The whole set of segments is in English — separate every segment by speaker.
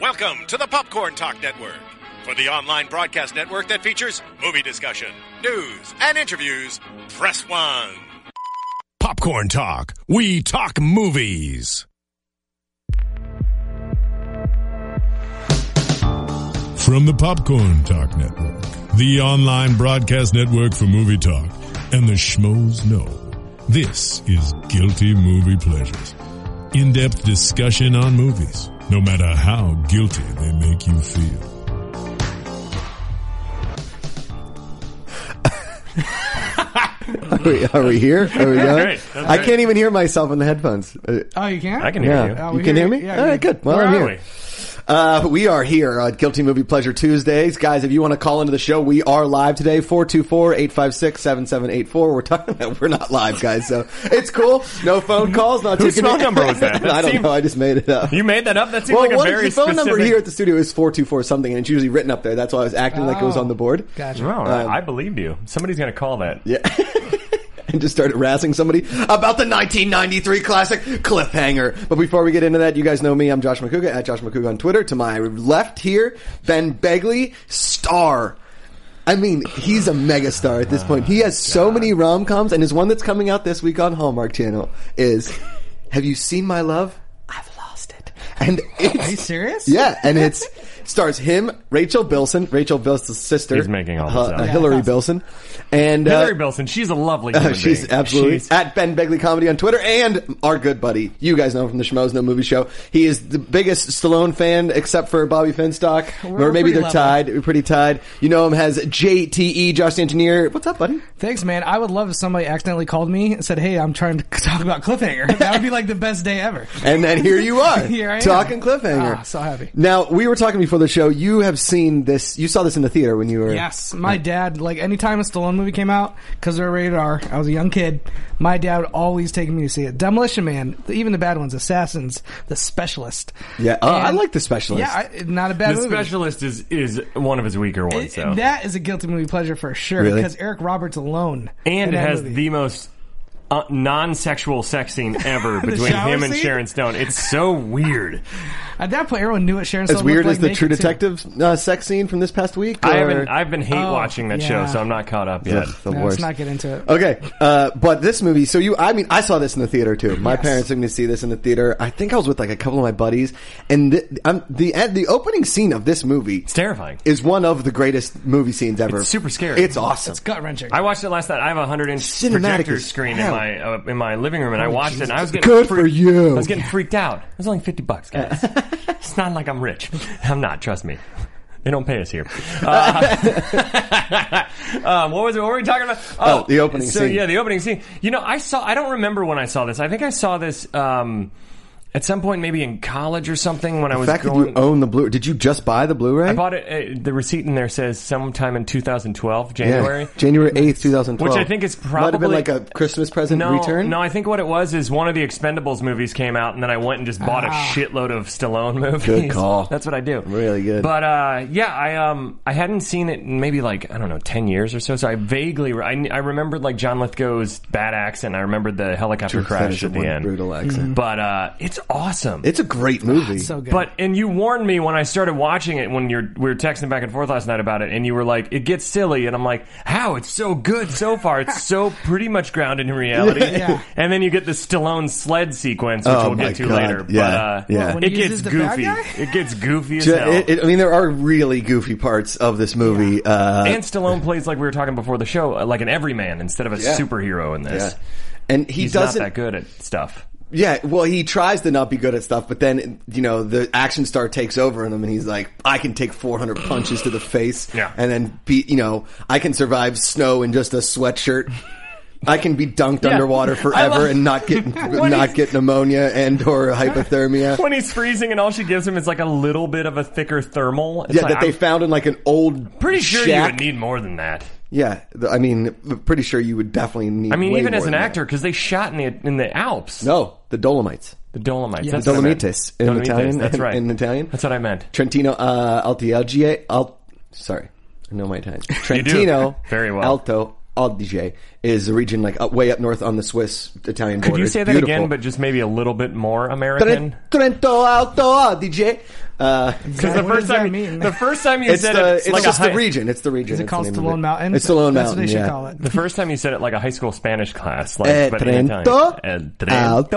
Speaker 1: Welcome to the Popcorn Talk Network, for the online broadcast network that features movie discussion, news, and interviews. Press one. Popcorn Talk. We talk movies.
Speaker 2: From the Popcorn Talk Network, the online broadcast network for movie talk, and the schmoes know, this is Guilty Movie Pleasures. In-depth discussion on movies, no matter how guilty they make you feel.
Speaker 3: Wait, are we here? Are we going?
Speaker 4: great. That's
Speaker 3: I
Speaker 4: great.
Speaker 3: can't even hear myself in the headphones. Uh,
Speaker 5: Oh, you can?
Speaker 4: I can hear
Speaker 3: yeah,
Speaker 4: you.
Speaker 5: Oh,
Speaker 3: you
Speaker 5: we
Speaker 3: can
Speaker 5: hear
Speaker 3: hear
Speaker 5: you.
Speaker 3: me.
Speaker 5: Yeah,
Speaker 3: All
Speaker 5: yeah.
Speaker 3: right, good. Well,
Speaker 4: Where
Speaker 3: I'm
Speaker 4: are
Speaker 3: here.
Speaker 4: we?
Speaker 3: Uh, we are here on Guilty Movie Pleasure Tuesdays. Guys, if you want to call into the show, we are live today, 424-856-7784. We're talking we're not live, guys, so it's cool. No phone calls, not
Speaker 4: Whose
Speaker 3: taking-
Speaker 4: phone number was that? That
Speaker 3: I don't
Speaker 4: seemed-
Speaker 3: know, I just made it up.
Speaker 4: You made that up. That seems
Speaker 3: well,
Speaker 4: like a
Speaker 3: what is
Speaker 4: very
Speaker 3: the phone
Speaker 4: specific.
Speaker 3: number here at the studio is 424 something, and it's usually written up there. That's why I was acting like it was
Speaker 5: Oh.
Speaker 3: on the board.
Speaker 5: Gotcha.
Speaker 4: No, I I believed you. Somebody's gonna call that.
Speaker 3: Oh, Yeah. and just started razzing somebody about the 1993 classic Cliffhanger. But before we get into that, you guys know me. I'm Josh McCouga at Josh McCouga on Twitter. To my left here, Ben Begley, star. I mean, he's a megastar at this point. He has so many rom coms, and his one that's coming out this week on Hallmark Channel is Have You Seen My Love? I've Lost It. And
Speaker 5: Are you
Speaker 3: it's.
Speaker 5: serious?
Speaker 3: Yeah, and it's stars him, Rachel Bilson, Rachel Bilson's sister.
Speaker 4: He's making all this
Speaker 3: uh,
Speaker 4: up.
Speaker 3: uh, Hillary Bilson, and uh,
Speaker 4: Hillary Bilson. She's a lovely. Human
Speaker 3: Oh, She's
Speaker 4: being.
Speaker 3: absolutely
Speaker 4: She's-
Speaker 3: at Ben Begley Comedy on Twitter and our good buddy. You guys know him from the Schmoes No Movie Show. He is the biggest Stallone fan, except for Bobby Finstock,
Speaker 5: We're
Speaker 3: or maybe
Speaker 5: pretty
Speaker 3: they're
Speaker 5: level.
Speaker 3: tied. We're pretty tied. You know him as JTE, Josh the Engineer. What's up, buddy?
Speaker 5: Thanks, man. I would love if somebody accidentally called me and said, hey, I'm trying to talk about Cliffhanger. That would be like the best day ever.
Speaker 3: And then here you are,
Speaker 5: Here I am.
Speaker 3: talking cliffhanger.
Speaker 5: Ah, so happy.
Speaker 3: Now we were talking before the show. You have seen this. You saw this in the theater when you were.
Speaker 5: Yes, my dad, like anytime a Stallone movie came out, because they're rated R, I was a young kid, my dad would always take me to see it. Demolition Man, even the bad ones, Assassins, The Specialist.
Speaker 3: Yeah. Oh, I
Speaker 5: And-
Speaker 3: like The Specialist.
Speaker 5: Yeah, I, not a bad
Speaker 4: The
Speaker 5: movie.
Speaker 4: specialist is is one of his weaker
Speaker 5: It-
Speaker 4: ones. though.
Speaker 5: That is a guilty movie pleasure for sure,
Speaker 3: Really?
Speaker 5: because Eric Roberts alone.
Speaker 4: and
Speaker 5: in
Speaker 4: it
Speaker 5: that
Speaker 4: has
Speaker 5: movie.
Speaker 4: the most uh, non-sexual sex scene ever between
Speaker 5: shower
Speaker 4: him and
Speaker 5: scene?
Speaker 4: Sharon Stone. It's so weird.
Speaker 5: At that point, everyone knew what Sharon
Speaker 3: As
Speaker 5: Stone
Speaker 3: weird
Speaker 5: looked
Speaker 3: as
Speaker 5: like
Speaker 3: the True
Speaker 5: naked, too.
Speaker 3: Detective uh, sex scene from this past week.
Speaker 4: I
Speaker 3: or-
Speaker 4: haven't. I've been hate
Speaker 5: Oh,
Speaker 4: watching that
Speaker 5: yeah.
Speaker 4: show, so I'm not caught up yet.
Speaker 3: Ugh, the
Speaker 5: No,
Speaker 3: worst.
Speaker 5: Let's not get into it.
Speaker 3: Okay, uh, but this movie. So you, I mean, I saw this in the theater too. My parents took me to see this in the theater. I think I was with like a couple of my buddies, and the um, the uh, the opening scene of this movie
Speaker 4: It's terrifying.
Speaker 3: is one of the greatest movie scenes ever.
Speaker 4: It's super scary.
Speaker 3: It's awesome.
Speaker 5: It's gut wrenching.
Speaker 4: I watched it last night. I have a hundred inch
Speaker 3: Cinematic
Speaker 4: projector
Speaker 3: as
Speaker 4: screen
Speaker 3: hell. Oh,
Speaker 4: in my uh, in my living room, and I watched it. and I was getting
Speaker 3: Good
Speaker 4: freaked-
Speaker 3: for you.
Speaker 4: I was getting freaked out. It was only fifty bucks, guys. it's not like I'm rich. I'm not. Trust me. They don't pay us here. Uh, um, what was it? What were we talking about?
Speaker 3: Oh, the opening
Speaker 4: so,
Speaker 3: scene.
Speaker 4: yeah, the opening scene. You know, I saw. I don't remember when I saw this. I think I saw this. Um, at some point, maybe in college or something, when I
Speaker 3: The
Speaker 4: was
Speaker 3: fact that
Speaker 4: going.
Speaker 3: you own the blue. Did you just buy the Blu-ray?
Speaker 4: I bought it. Uh, the receipt in there says sometime in 2012, January.
Speaker 3: January eighth, two thousand twelve.
Speaker 4: Which I think is
Speaker 3: might have been
Speaker 4: probably-
Speaker 3: like a Christmas present
Speaker 4: No,
Speaker 3: return.
Speaker 4: no. I think what it was is one of the Expendables movies came out, and then I went and just bought a shitload of Stallone movies.
Speaker 3: Ah. Good call.
Speaker 4: That's what I do.
Speaker 3: Really good.
Speaker 4: But uh, yeah, I um, I hadn't seen it in maybe like I don't know, ten years or so. So I vaguely, I, I remembered like John Lithgow's bad accent. I remembered the helicopter
Speaker 3: That is
Speaker 4: crash
Speaker 3: a
Speaker 4: at the
Speaker 3: one
Speaker 4: end.
Speaker 3: Brutal accent.
Speaker 4: But uh, it's awesome.
Speaker 3: It's a great movie.
Speaker 5: so good.
Speaker 4: But and you warned me when I started watching it when you're we were texting back and forth last night about it, and you were like, "It gets silly," and I'm like, "How? It's so good so far. It's so pretty much grounded in reality."
Speaker 5: Yeah.
Speaker 4: And then you get the Stallone sled sequence, which
Speaker 3: Oh
Speaker 4: we'll
Speaker 3: my
Speaker 4: get to
Speaker 3: God.
Speaker 4: later.
Speaker 3: Yeah.
Speaker 4: But uh,
Speaker 3: Yeah. What,
Speaker 5: when
Speaker 4: it
Speaker 5: he
Speaker 4: gets
Speaker 5: uses the bad
Speaker 4: goofy.
Speaker 5: guy?
Speaker 4: It gets goofy as hell.
Speaker 3: It- it- I mean, there are really goofy parts of this movie. Uh,
Speaker 4: and Stallone plays like we were talking before the show, uh, like an everyman instead of a
Speaker 3: Yeah.
Speaker 4: superhero in
Speaker 3: yeah.
Speaker 4: this.
Speaker 3: And he
Speaker 4: He's not
Speaker 3: doesn't
Speaker 4: that good at stuff.
Speaker 3: Yeah, well, he tries to not be good at stuff, but then you know the action star takes over in him, and he's like, "I can take 400 punches to the face,
Speaker 4: Yeah.
Speaker 3: and then be, you know, I can survive snow in just a sweatshirt. I can be dunked
Speaker 4: Yeah.
Speaker 3: underwater forever
Speaker 4: I love-
Speaker 3: and not get
Speaker 4: What
Speaker 3: not
Speaker 4: is-
Speaker 3: get pneumonia and or hypothermia.
Speaker 4: When he's freezing and all she gives him is like a little bit of a thicker thermal. It's
Speaker 3: yeah,
Speaker 4: like,
Speaker 3: that they
Speaker 4: I'm
Speaker 3: found in like an old
Speaker 4: pretty sure you
Speaker 3: shack.
Speaker 4: would need more than that.
Speaker 3: Yeah, th- I mean, pretty sure you would definitely need.
Speaker 4: I mean,
Speaker 3: way
Speaker 4: even
Speaker 3: more
Speaker 4: as an
Speaker 3: than that.
Speaker 4: actor, because they shot in the in the Alps,
Speaker 3: no, the Dolomites,
Speaker 4: the Dolomites, that's
Speaker 3: the
Speaker 4: what I meant.
Speaker 3: Dolomites in Italian,
Speaker 4: That's
Speaker 3: in-
Speaker 4: right.
Speaker 3: in Italian.
Speaker 4: That's what I meant.
Speaker 3: Trentino uh, Alti Algie. Al- sorry, I know my Italian. Trentino
Speaker 4: Very well.
Speaker 3: Alto Adige is a region like up, way up north on the Swiss Italian border.
Speaker 4: Could you
Speaker 3: It's
Speaker 4: say that
Speaker 3: beautiful.
Speaker 4: again, but just maybe a little bit more
Speaker 3: Tren-
Speaker 4: American?
Speaker 3: Trento Alto Adige. Uh,
Speaker 4: Because the
Speaker 5: What
Speaker 4: first
Speaker 5: does that
Speaker 4: time,
Speaker 5: mean?
Speaker 4: the first time you
Speaker 3: it's
Speaker 4: said
Speaker 3: the,
Speaker 4: it,
Speaker 3: it's,
Speaker 4: like
Speaker 3: just
Speaker 4: a high,
Speaker 3: the region. It's the region.
Speaker 5: Is it
Speaker 3: It's
Speaker 5: called
Speaker 3: the name of
Speaker 5: Stallone Mountain?
Speaker 3: It's Stallone
Speaker 5: That's
Speaker 3: Mountain.
Speaker 5: what they should
Speaker 3: yeah.
Speaker 5: call it.
Speaker 4: The first time you said it like a high school Spanish class, like
Speaker 3: Eh,
Speaker 4: but in
Speaker 3: Trento,
Speaker 4: Italian. El Trento.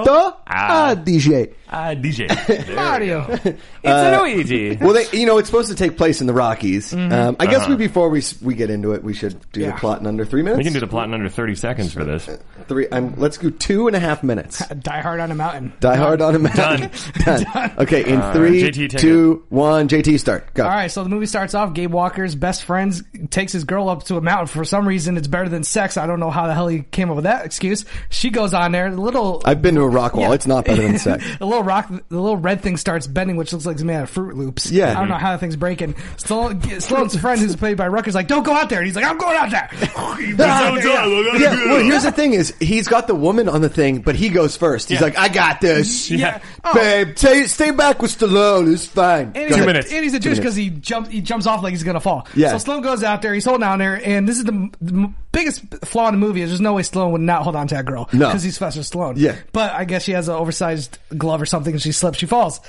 Speaker 3: Alto,
Speaker 4: Ah,
Speaker 3: ah, DJ.
Speaker 4: ah, DJ. There we
Speaker 5: Mario.
Speaker 4: go. It's an easy.
Speaker 3: Uh, Well, they, you know, it's supposed to take place in the Rockies.
Speaker 4: Mm-hmm.
Speaker 3: Um, I guess we, before we s- we get into it, we should do the
Speaker 5: Yeah.
Speaker 3: plot in under three minutes.
Speaker 4: Uh-huh. We can do the plot in under 30 seconds for this.
Speaker 3: three. I'm, let's go two and a half minutes.
Speaker 5: Die Hard on a Mountain.
Speaker 3: Die hard on a mountain. Done. Okay, in three,
Speaker 4: JT, take
Speaker 3: two, one. JT, start. Go.
Speaker 5: All right, so the movie starts off. Gabe Walker's best friend takes his girl up to a mountain. For some reason, it's better than sex. I don't know how the hell he came up with that excuse. She goes on there. The little
Speaker 3: I've been to a rock wall.
Speaker 5: Yeah.
Speaker 3: It's not better than sex.
Speaker 5: The little rock, the little red thing starts bending, which looks like it's made out of Fruit Loops.
Speaker 3: Yeah.
Speaker 5: I don't know how that thing's breaking. Stallone, Stallone's friend, who's played by Rucker's, like, "Don't go out there," and he's like, "I'm going out there." He goes out there, yeah.
Speaker 3: Yeah, well, here's the thing: is he's got the woman on the thing, but he goes first. He's like, "I got this,
Speaker 4: Yeah.
Speaker 5: Oh.
Speaker 3: babe. Stay, stay back with Stallone. It's fine."
Speaker 5: And
Speaker 3: Go
Speaker 5: he's,
Speaker 3: ahead.
Speaker 4: minutes.
Speaker 5: And he's a douche
Speaker 3: minutes.
Speaker 5: because he jumps. He jumps off like he's gonna fall.
Speaker 3: Yeah.
Speaker 5: So Stallone goes out there. He's holding on there, and this is the, m- the m- biggest flaw in the movie. Is there's no way Stallone would not hold on to that girl.
Speaker 3: No.
Speaker 5: Because he's Sylvester Stallone.
Speaker 3: Yeah.
Speaker 5: But I guess she has an oversized glove or something, and she slips. She falls.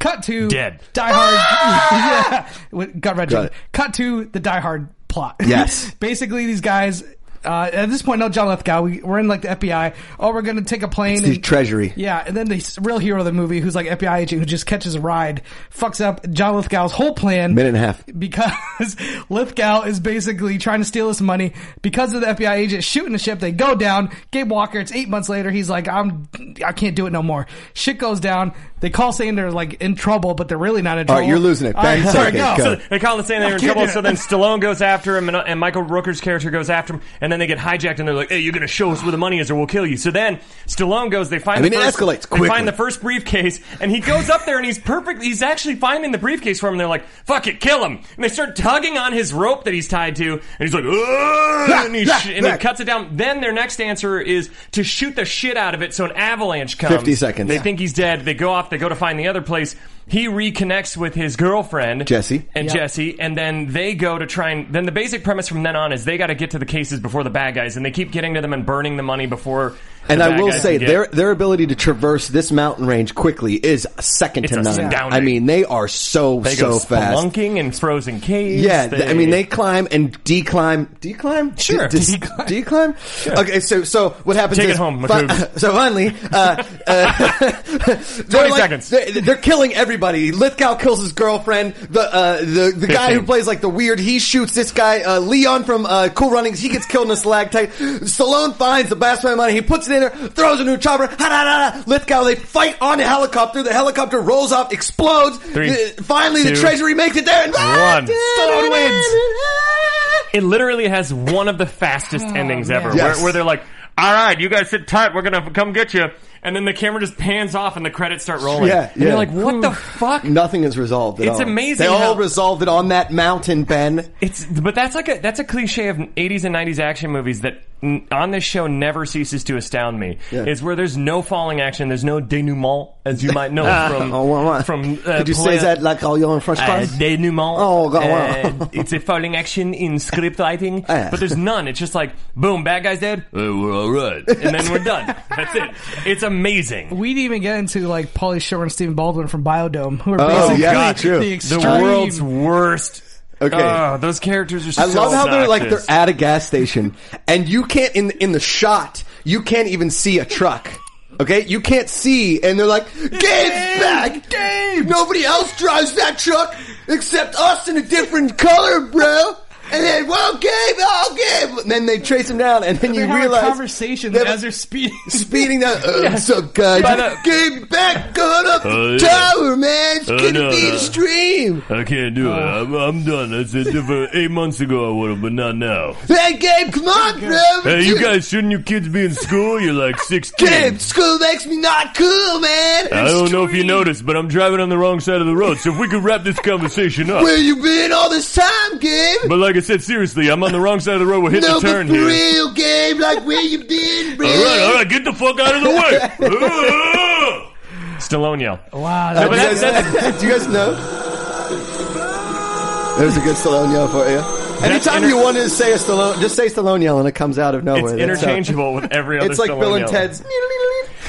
Speaker 5: Cut to
Speaker 4: Dead.
Speaker 5: Die Hard. yeah. With- Gut
Speaker 3: Ah! Got
Speaker 5: wrenching.
Speaker 3: it.
Speaker 5: Cut to the Die Hard plot.
Speaker 3: Yes.
Speaker 5: Basically, these guys. Uh, at this point, no John Lithgow. We, we're in like the FBI. Oh, we're gonna take a plane.
Speaker 3: the
Speaker 5: and-
Speaker 3: Treasury.
Speaker 5: yeah, and then the s- real hero of the movie, who's like FBI agent, who just catches a ride, fucks up John Lithgow's whole plan.
Speaker 3: Minute and a half.
Speaker 5: Because Lithgow is basically trying to steal this money. Because of the FBI agent shooting the ship, they go down. Gabe Walker, it's eight months later. He's like, I'm, I can't do it no more. Shit goes down. They call saying they're like in trouble, but they're really not in
Speaker 3: All
Speaker 5: trouble.
Speaker 3: right, you're losing it.
Speaker 5: All right,
Speaker 3: Bang,
Speaker 5: sorry,
Speaker 3: take it,
Speaker 5: go.
Speaker 3: go.
Speaker 4: So they call the saying they're in trouble, so then Stallone goes after him, and, uh, and Michael Rooker's character goes after him, and then they get hijacked, and they're like, "Hey, you're going to show us where the money is, or we'll kill you." So then Stallone goes. They find.
Speaker 3: I mean,
Speaker 4: the
Speaker 3: it
Speaker 4: first,
Speaker 3: escalates
Speaker 4: They
Speaker 3: quickly.
Speaker 4: find the first briefcase, and he goes up there, and he's perfect. He's actually finding the briefcase for him. And they're like, "Fuck it, kill him!" And they start tugging on his rope that he's tied to, and he's like, "Ugh," and, he sh- and he cuts it down. Then their next answer is to shoot the shit out of it, so an avalanche comes.
Speaker 3: 50 seconds.
Speaker 4: They think he's dead. They go off. They go to find the other place. He reconnects with his girlfriend
Speaker 3: Jesse.
Speaker 4: and
Speaker 5: Yep.
Speaker 4: Jesse, and then they go to try and. Then the basic premise from then on is they got to get to the cases before the bad guys, and they keep getting to them and burning the money before.
Speaker 3: And
Speaker 4: the
Speaker 3: I
Speaker 4: bad
Speaker 3: will
Speaker 4: guys
Speaker 3: say
Speaker 4: can get-
Speaker 3: their their ability to traverse this mountain range quickly is second
Speaker 4: It's
Speaker 3: to
Speaker 4: a
Speaker 3: none.
Speaker 4: astounding.
Speaker 3: I mean, they are so
Speaker 4: they
Speaker 3: so
Speaker 4: go
Speaker 3: fast.
Speaker 4: spelunking and frozen caves.
Speaker 3: Yeah, th- I mean they climb and declimb, declimb,
Speaker 4: Sure.
Speaker 3: D- dis-
Speaker 4: Declimb.
Speaker 3: declimb. Okay, so so what happens?
Speaker 4: Take it
Speaker 3: is
Speaker 4: home,
Speaker 3: fi-
Speaker 4: Macoog.
Speaker 3: so finally, uh, uh, they're like-
Speaker 4: seconds.
Speaker 3: They're, they're killing everybody. Lithgow kills his girlfriend. The uh, the the guy who
Speaker 4: 15.
Speaker 3: plays like the weird, he shoots this guy uh, Leon from uh, Cool Runnings. He gets killed in a stalactite. Stallone finds the bass of money. He puts it in there, throws a new chopper. Ha da da da. Lithgow. They fight on a helicopter. The helicopter rolls off, explodes.
Speaker 4: Three,
Speaker 3: Uh, finally, the
Speaker 4: two,
Speaker 3: treasury makes it there. And
Speaker 4: one.
Speaker 5: Stallone wins.
Speaker 4: It literally has one of the fastest endings ever,
Speaker 5: Oh, man.
Speaker 3: Yes.
Speaker 4: where, where they're like, "All right, you guys sit tight. We're gonna come get you." And then the camera just pans off, and the credits start rolling.
Speaker 3: Yeah,
Speaker 4: and you're
Speaker 3: yeah.
Speaker 4: like, "What the fuck?"
Speaker 3: Nothing is resolved at
Speaker 4: It's
Speaker 3: all.
Speaker 4: amazing
Speaker 3: They all
Speaker 4: how-
Speaker 3: resolved it on that mountain, Ben.
Speaker 4: It's but that's like a that's a cliche of 80s and 90s action movies that n- on this show never ceases to astound me.
Speaker 3: Yeah.
Speaker 4: It's where there's no falling action, there's no denouement as you might know from
Speaker 3: Oh, wow, wow.
Speaker 4: from uh,
Speaker 3: Could you say
Speaker 4: Polanski.
Speaker 3: that like all your in French
Speaker 4: Uh,
Speaker 3: class?
Speaker 4: denouement.
Speaker 3: Oh, God,
Speaker 4: Uh,
Speaker 3: wow.
Speaker 4: it's a falling action in script writing,
Speaker 3: Ah.
Speaker 4: but there's none. It's just like, boom, bad guy's dead. Uh, we're all right, and then we're done. That's it. It's amazing.
Speaker 5: We didn't even get into like Paulie Shore and Stephen Baldwin from Biodome, who are
Speaker 3: Oh,
Speaker 5: basically
Speaker 3: yeah, true.
Speaker 5: the
Speaker 3: The
Speaker 4: The
Speaker 5: extreme.
Speaker 4: world's worst.
Speaker 3: Okay.
Speaker 4: Ah, those characters are.
Speaker 3: I
Speaker 4: so
Speaker 3: love how they're like they're
Speaker 4: obnoxious.
Speaker 3: at a gas station, and you can't in in the shot you can't even see a truck. Okay, you can't see, and they're like, "Gabe's back, Gabe. Nobody else drives that truck except us in a different color, bro." And then, well, Gabe, oh, Gabe. And then they trace him down, and then
Speaker 5: They're
Speaker 3: you
Speaker 5: having
Speaker 3: realize
Speaker 5: conversations
Speaker 3: that-
Speaker 5: as they're speeding.
Speaker 3: speeding down. Oh, what's up, guys?
Speaker 4: By the-
Speaker 3: Gabe back, going up
Speaker 4: Oh,
Speaker 3: the
Speaker 4: yeah.
Speaker 3: tower, man. It's
Speaker 4: Oh,
Speaker 3: gonna
Speaker 4: no,
Speaker 3: be
Speaker 4: no.
Speaker 3: extreme.
Speaker 4: I can't do it.
Speaker 3: Uh.
Speaker 4: I'm, I'm done. That's it. For eight months ago, I would have, but not now.
Speaker 3: Hey, Gabe, come on, bro.
Speaker 4: Hey, you
Speaker 3: Dude.
Speaker 4: guys, shouldn't your kids be in school? You're like 16.
Speaker 3: Kid, school makes me not cool, man.
Speaker 4: I don't know if you noticed, but I'm driving on the wrong side of the road. So if we could wrap this conversation up.
Speaker 3: Where you been all this time, Gabe?
Speaker 4: But like I said, seriously, I'm on the wrong side of the road. We're hitting
Speaker 3: No,
Speaker 4: the
Speaker 3: but
Speaker 4: turn
Speaker 3: for
Speaker 4: here.
Speaker 3: real, Gabe. Like where you been, bro?
Speaker 4: All right, all right, get the fuck out of the Uh. way. Stallone yell.
Speaker 5: Wow,
Speaker 3: Uh,
Speaker 5: that
Speaker 3: do, you guys, do you guys know? There's a good Stallone yell for you. Anytime
Speaker 4: inter-
Speaker 3: you want to say a Stallone, just say Stallone yell, and it comes out of nowhere.
Speaker 4: It's
Speaker 3: That's how-
Speaker 4: interchangeable with every other
Speaker 3: It's like
Speaker 4: Stallone
Speaker 3: Bill and
Speaker 4: yell.
Speaker 3: Ted's.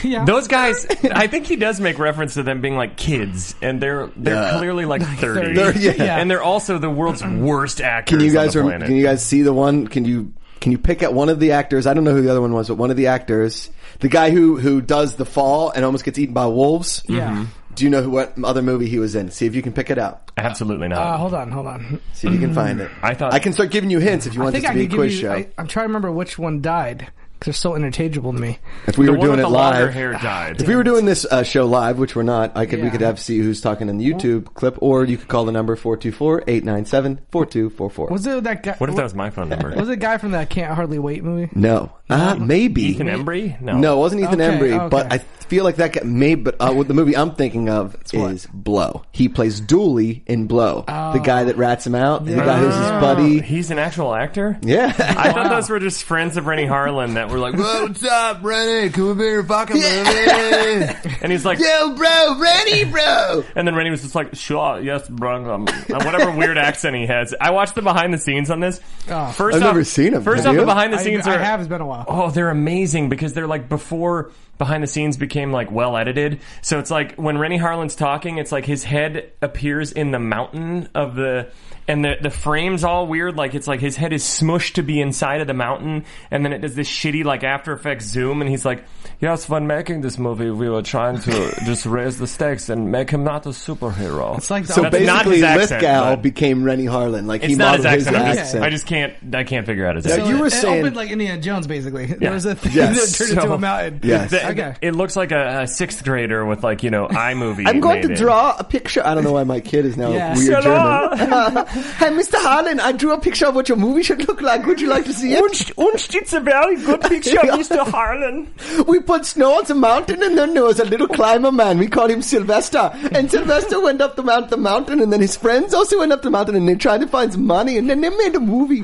Speaker 5: Yeah.
Speaker 4: Those guys, I think he does make reference to them being like kids, and they're they're
Speaker 3: Yeah.
Speaker 4: clearly like 30.
Speaker 3: They're- yeah. Mm-hmm.
Speaker 5: Yeah.
Speaker 4: And they're also the world's worst actors.
Speaker 3: Can you guys
Speaker 4: on the
Speaker 3: rem-
Speaker 4: planet.
Speaker 3: can you guys see the one? Can you can you pick out one of the actors? I don't know who the other one was, but one of the actors, the guy who who does the fall and almost gets eaten by wolves.
Speaker 5: Yeah.
Speaker 4: Mm-hmm.
Speaker 5: Mhm.
Speaker 3: Do you know who, what other movie he was in? See if you can pick it out.
Speaker 4: Absolutely not.
Speaker 3: Ah.
Speaker 5: Uh, hold on, hold on.
Speaker 3: See if you can find it.
Speaker 4: I thought-
Speaker 3: I can start giving you hints if you
Speaker 5: I
Speaker 3: want this
Speaker 5: think
Speaker 3: to be
Speaker 5: I
Speaker 3: a
Speaker 5: could give
Speaker 3: quiz
Speaker 5: you.
Speaker 3: show.
Speaker 5: I, I'm trying to remember which one died because they're so interchangeable to me.
Speaker 3: if we
Speaker 4: the
Speaker 3: were
Speaker 4: one
Speaker 3: doing
Speaker 4: with
Speaker 3: it
Speaker 4: the longer
Speaker 3: live,
Speaker 4: hair died.
Speaker 3: if we were doing this uh, show live, which we're not, I could we
Speaker 5: Yeah.
Speaker 3: could have see who's talking in the YouTube clip, or you could call the number 424-897-4244.
Speaker 5: Was it that guy?
Speaker 4: what if that was my phone number?
Speaker 5: Was it a guy from that Can't Hardly Wait movie?
Speaker 3: No, uh, maybe
Speaker 4: Ethan Embry? No.
Speaker 3: No, it wasn't Ethan
Speaker 5: Okay,
Speaker 3: Embry,
Speaker 5: okay.
Speaker 3: but I feel like that got made. But uh, what the movie I'm thinking of
Speaker 5: what? Oh.
Speaker 3: is Blow. He plays Dooley in Blow, the guy that rats him out, the guy who's his buddy.
Speaker 4: He's an actual actor?
Speaker 3: Yeah,
Speaker 4: I thought those were just friends of Rennie Harlan that were like, whoa, what's up, Rennie? Can we be your fucking movie? and he's like,
Speaker 3: yo, bro, ready, bro.
Speaker 4: and then Rennie was just like, sure, yes, bro. um, and whatever weird accent he has. I watched the behind the scenes on this.
Speaker 5: Oh.
Speaker 4: First
Speaker 3: Ah. I've
Speaker 4: off,
Speaker 3: never seen him.
Speaker 4: First
Speaker 3: Have
Speaker 4: off,
Speaker 3: you?
Speaker 4: the behind the
Speaker 5: I,
Speaker 4: scenes
Speaker 5: I
Speaker 4: are.
Speaker 5: have. It's been a while.
Speaker 4: Oh, they're amazing because they're like before behind the scenes became like well edited. So it's like when Rennie Harlan's talking, it's like his head appears in the mountain of the and the the frame's all weird. Like it's like his head is smushed to be inside of the mountain, and then it does this shitty like After Effects zoom, and he's like, "Yes, when making this movie, we were trying to just raise the stakes and make him not a superhero."
Speaker 5: It's like the
Speaker 3: So
Speaker 5: other-
Speaker 4: That's not
Speaker 3: basically,
Speaker 4: his accent,
Speaker 3: Lithgow
Speaker 4: but-
Speaker 3: became Rennie Harlan. Like he
Speaker 4: it's not
Speaker 3: modeled
Speaker 4: his accent. I'm
Speaker 3: his
Speaker 4: just-
Speaker 3: accent.
Speaker 4: I just can't. I can't figure out his
Speaker 3: Yeah,
Speaker 4: accent.
Speaker 3: you were
Speaker 5: it
Speaker 3: saying-
Speaker 5: opened like Indiana Jones, basically.
Speaker 4: Yeah.
Speaker 5: There was a thing
Speaker 3: Yes.
Speaker 5: that turned into
Speaker 4: So-
Speaker 5: a mountain.
Speaker 3: Yes.
Speaker 4: The-
Speaker 5: Okay.
Speaker 4: It looks like a, a sixth grader with like you know iMovie.
Speaker 3: I'm going to
Speaker 4: made it.
Speaker 3: draw a picture. I don't know why my kid is now
Speaker 5: Yeah.
Speaker 3: weird
Speaker 4: Hello.
Speaker 3: German. hey, Mr. Harlan, I drew a picture of what your movie should look like. Would you like to see it?
Speaker 4: Und it's a very good picture
Speaker 3: of
Speaker 4: Mr. Harlan.
Speaker 3: We put snow on the mountain, and then there was a little climber man. We called him Sylvester. And Sylvester went up the, mount- the mountain, and then his friends also went up the mountain, and they tried to find some money, and then they made a movie.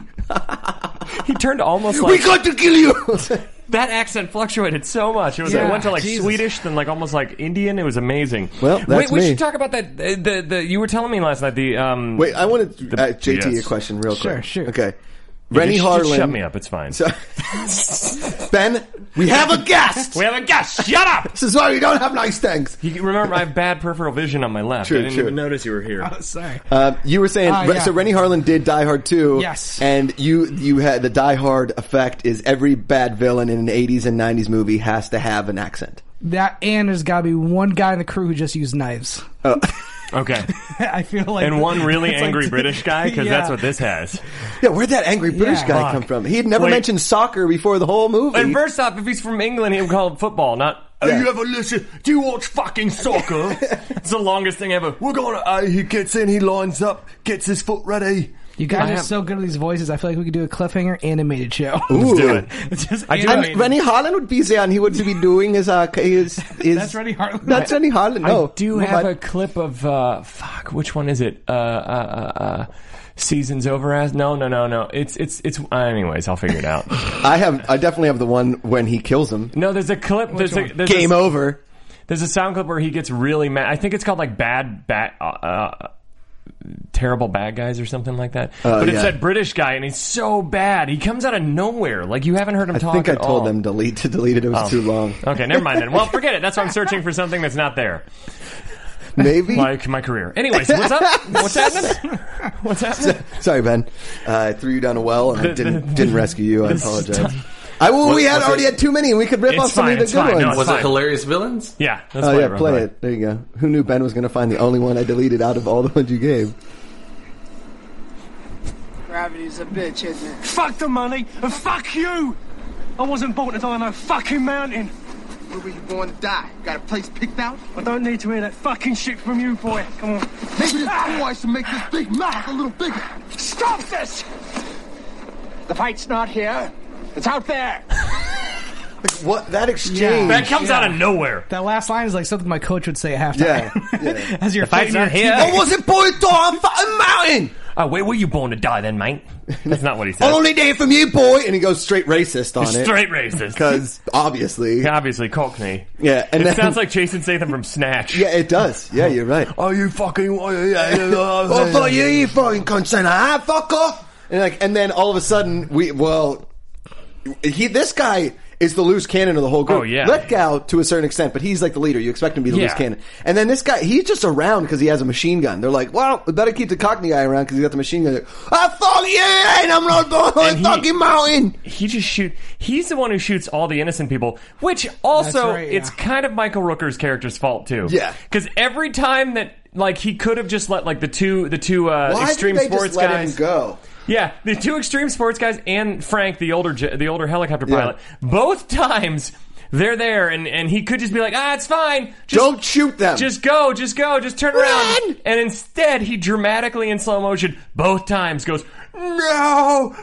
Speaker 4: He turned almost
Speaker 3: we
Speaker 4: like
Speaker 3: got to kill you!
Speaker 4: that accent fluctuated so much. It was it
Speaker 5: Yeah,
Speaker 4: went to like
Speaker 5: Jesus.
Speaker 4: Swedish, then like almost like Indian. It was amazing.
Speaker 3: Well, that's
Speaker 4: Wait, we
Speaker 3: me.
Speaker 4: should talk about that. uh, The, the you were telling me last night the um.
Speaker 3: Wait, I wanted to uh, JT
Speaker 4: yes.
Speaker 3: a question real
Speaker 5: Sure,
Speaker 3: quick.
Speaker 5: sure.
Speaker 3: Okay.
Speaker 4: you
Speaker 3: Rennie
Speaker 4: just- just
Speaker 3: Harlan.
Speaker 4: Shut me up. It's fine.
Speaker 3: So- ben, we have a guest!
Speaker 4: we have a guest. Shut up.
Speaker 3: this is why we don't have nice things.
Speaker 4: You remember, I have bad peripheral vision on my left.
Speaker 3: True,
Speaker 4: I didn't
Speaker 3: true.
Speaker 4: even notice you were here.
Speaker 5: Oh, Sorry.
Speaker 3: Uh, you were saying
Speaker 5: Ah,
Speaker 3: Re-
Speaker 5: yeah.
Speaker 3: so. Rennie Harlan did Die Hard too.
Speaker 5: Yes.
Speaker 3: and you you had the Die Hard effect is every bad villain in an '80s and '90s movie has to have an accent.
Speaker 5: That and there's got to be one guy in the crew who just used knives.
Speaker 3: Oh.
Speaker 4: Okay.
Speaker 5: I feel like
Speaker 4: And one really
Speaker 5: it's like-
Speaker 4: angry British guy because that's
Speaker 5: Yeah.
Speaker 4: what this has.
Speaker 3: Yeah, where'd that angry British
Speaker 5: Yeah.
Speaker 3: guy
Speaker 4: Fuck.
Speaker 3: come from? He had never
Speaker 4: Wait.
Speaker 3: mentioned soccer before the whole movie.
Speaker 4: And first off, if he's from England, he would call it football, not. "Oh,
Speaker 3: Yeah.
Speaker 4: you ever listen? Do you watch fucking soccer? it's the longest thing ever. We're going to. Uh, he gets in, he lines up, gets his foot ready.
Speaker 5: You guys
Speaker 4: I
Speaker 5: are
Speaker 4: have-
Speaker 5: so good at these voices. I feel like we could do a cliffhanger animated show.
Speaker 3: Ooh.
Speaker 4: Do it.
Speaker 5: It's just
Speaker 4: I do
Speaker 5: anime.
Speaker 4: mean-
Speaker 3: and Rennie Harlan would be there, and he would be doing his uh, his, his
Speaker 5: That's Rennie Harlan.
Speaker 3: That's Rennie Harlan. No,
Speaker 4: I do
Speaker 3: No,
Speaker 4: have
Speaker 3: but-
Speaker 4: a clip of uh, fuck. Which one is it? Uh, uh, uh, uh, seasons over as? No, no, no, no. It's it's it's. Uh, anyways, I'll figure it out.
Speaker 3: I have. I definitely have the one when he kills him.
Speaker 4: no, there's a clip. There's a, there's
Speaker 3: Game
Speaker 4: a,
Speaker 3: over.
Speaker 4: There's a sound clip where he gets really mad. I think it's called like bad bat. Uh, uh, Terrible bad guys or something like that, but it's
Speaker 3: yeah.
Speaker 4: that British guy, and he's so bad. He comes out of nowhere, like you haven't heard him
Speaker 3: I
Speaker 4: talk.
Speaker 3: think I
Speaker 4: at
Speaker 3: told
Speaker 4: all. Oh.
Speaker 3: them delete to delete it. It was too long.
Speaker 4: Okay, never mind then. Well, forget it. That's why I'm searching for something that's not there,
Speaker 3: Maybe.
Speaker 4: like my career. Anyways, what's up? What's happening? What's happening?
Speaker 3: Sorry, Ben. Uh, I threw you down a well and I didn't didn't rescue you. I apologize. I well, we had
Speaker 4: what's
Speaker 3: already
Speaker 4: it-
Speaker 3: had too many. We could rip
Speaker 4: It's
Speaker 3: off some of
Speaker 4: fine,
Speaker 3: the
Speaker 4: it's
Speaker 3: good
Speaker 4: fine. No,
Speaker 3: ones.
Speaker 6: Was
Speaker 4: Fine.
Speaker 6: it hilarious villains?
Speaker 4: Yeah, that's
Speaker 3: Oh
Speaker 4: why
Speaker 3: yeah,
Speaker 4: we're
Speaker 3: play
Speaker 4: fine.
Speaker 3: it. There you go. Who knew Ben was going to find the only one I deleted out of all the ones you gave?
Speaker 7: Gravity's a bitch, isn't it?
Speaker 8: Fuck the money and fuck you! I wasn't born to die on a fucking mountain.
Speaker 7: Where were you born to die? Got a place picked out?
Speaker 8: I don't need to hear that fucking shit from you, boy. Come on.
Speaker 7: Maybe this boy should make this big mouth a little bigger.
Speaker 8: Stop this!
Speaker 7: The fight's not here. It's out there.
Speaker 3: What that
Speaker 5: Yeah.
Speaker 3: exchange?
Speaker 4: That comes out of nowhere.
Speaker 5: that last line is like something my coach would say at
Speaker 3: Yeah,
Speaker 5: halftime.
Speaker 3: yeah.
Speaker 5: As you're fighting your
Speaker 4: not here.
Speaker 5: team.
Speaker 4: Oh,
Speaker 3: was it boy to a fucking mountain?
Speaker 4: Oh, where were you born to die then, mate? That's not what he said.
Speaker 3: Only day from you, boy. And he goes straight racist on it
Speaker 4: Straight racist.
Speaker 3: because obviously, yeah.
Speaker 4: Obviously, Cockney.
Speaker 3: and
Speaker 4: it
Speaker 3: then-
Speaker 4: sounds like Jason Statham from Snatch.
Speaker 3: yeah, it does. Yeah, you're right.
Speaker 4: Are you fucking?
Speaker 3: Oh, fuck you, you fucking cunt, ah, fuck off. And like, and then all of a sudden, we well, he this guy is the loose cannon of the whole group.
Speaker 4: Oh, yeah.
Speaker 3: Letgow to a certain extent, but he's like the leader. You expect him to be the loose
Speaker 4: Yeah.
Speaker 3: cannon. And then this guy, he's just around because he has a machine gun. They're like, well, we better keep the Cockney guy around because he's got the machine gun. Like, I thought, yeah, and I'm not going
Speaker 4: And
Speaker 3: to
Speaker 4: he-
Speaker 3: fucking mountain.
Speaker 4: he just shoot. He's the one who shoots all the innocent people, which also
Speaker 5: right,
Speaker 4: it's
Speaker 5: yeah.
Speaker 4: kind of Michael Rooker's character's fault too.
Speaker 3: Yeah.
Speaker 4: because every time that like he could have just let like the two the two uh,
Speaker 3: Why
Speaker 4: extreme
Speaker 3: did they
Speaker 4: sports
Speaker 3: just let
Speaker 4: guys
Speaker 3: him go?
Speaker 4: Yeah, the two extreme sports guys and Frank, the older j- the older helicopter pilot, both times. They're there, and, and he could just be like, ah, it's fine. Just,
Speaker 3: Don't shoot them.
Speaker 4: Just go, just go, just turn
Speaker 3: Run!
Speaker 4: around. And instead, he dramatically in slow motion both times goes, no,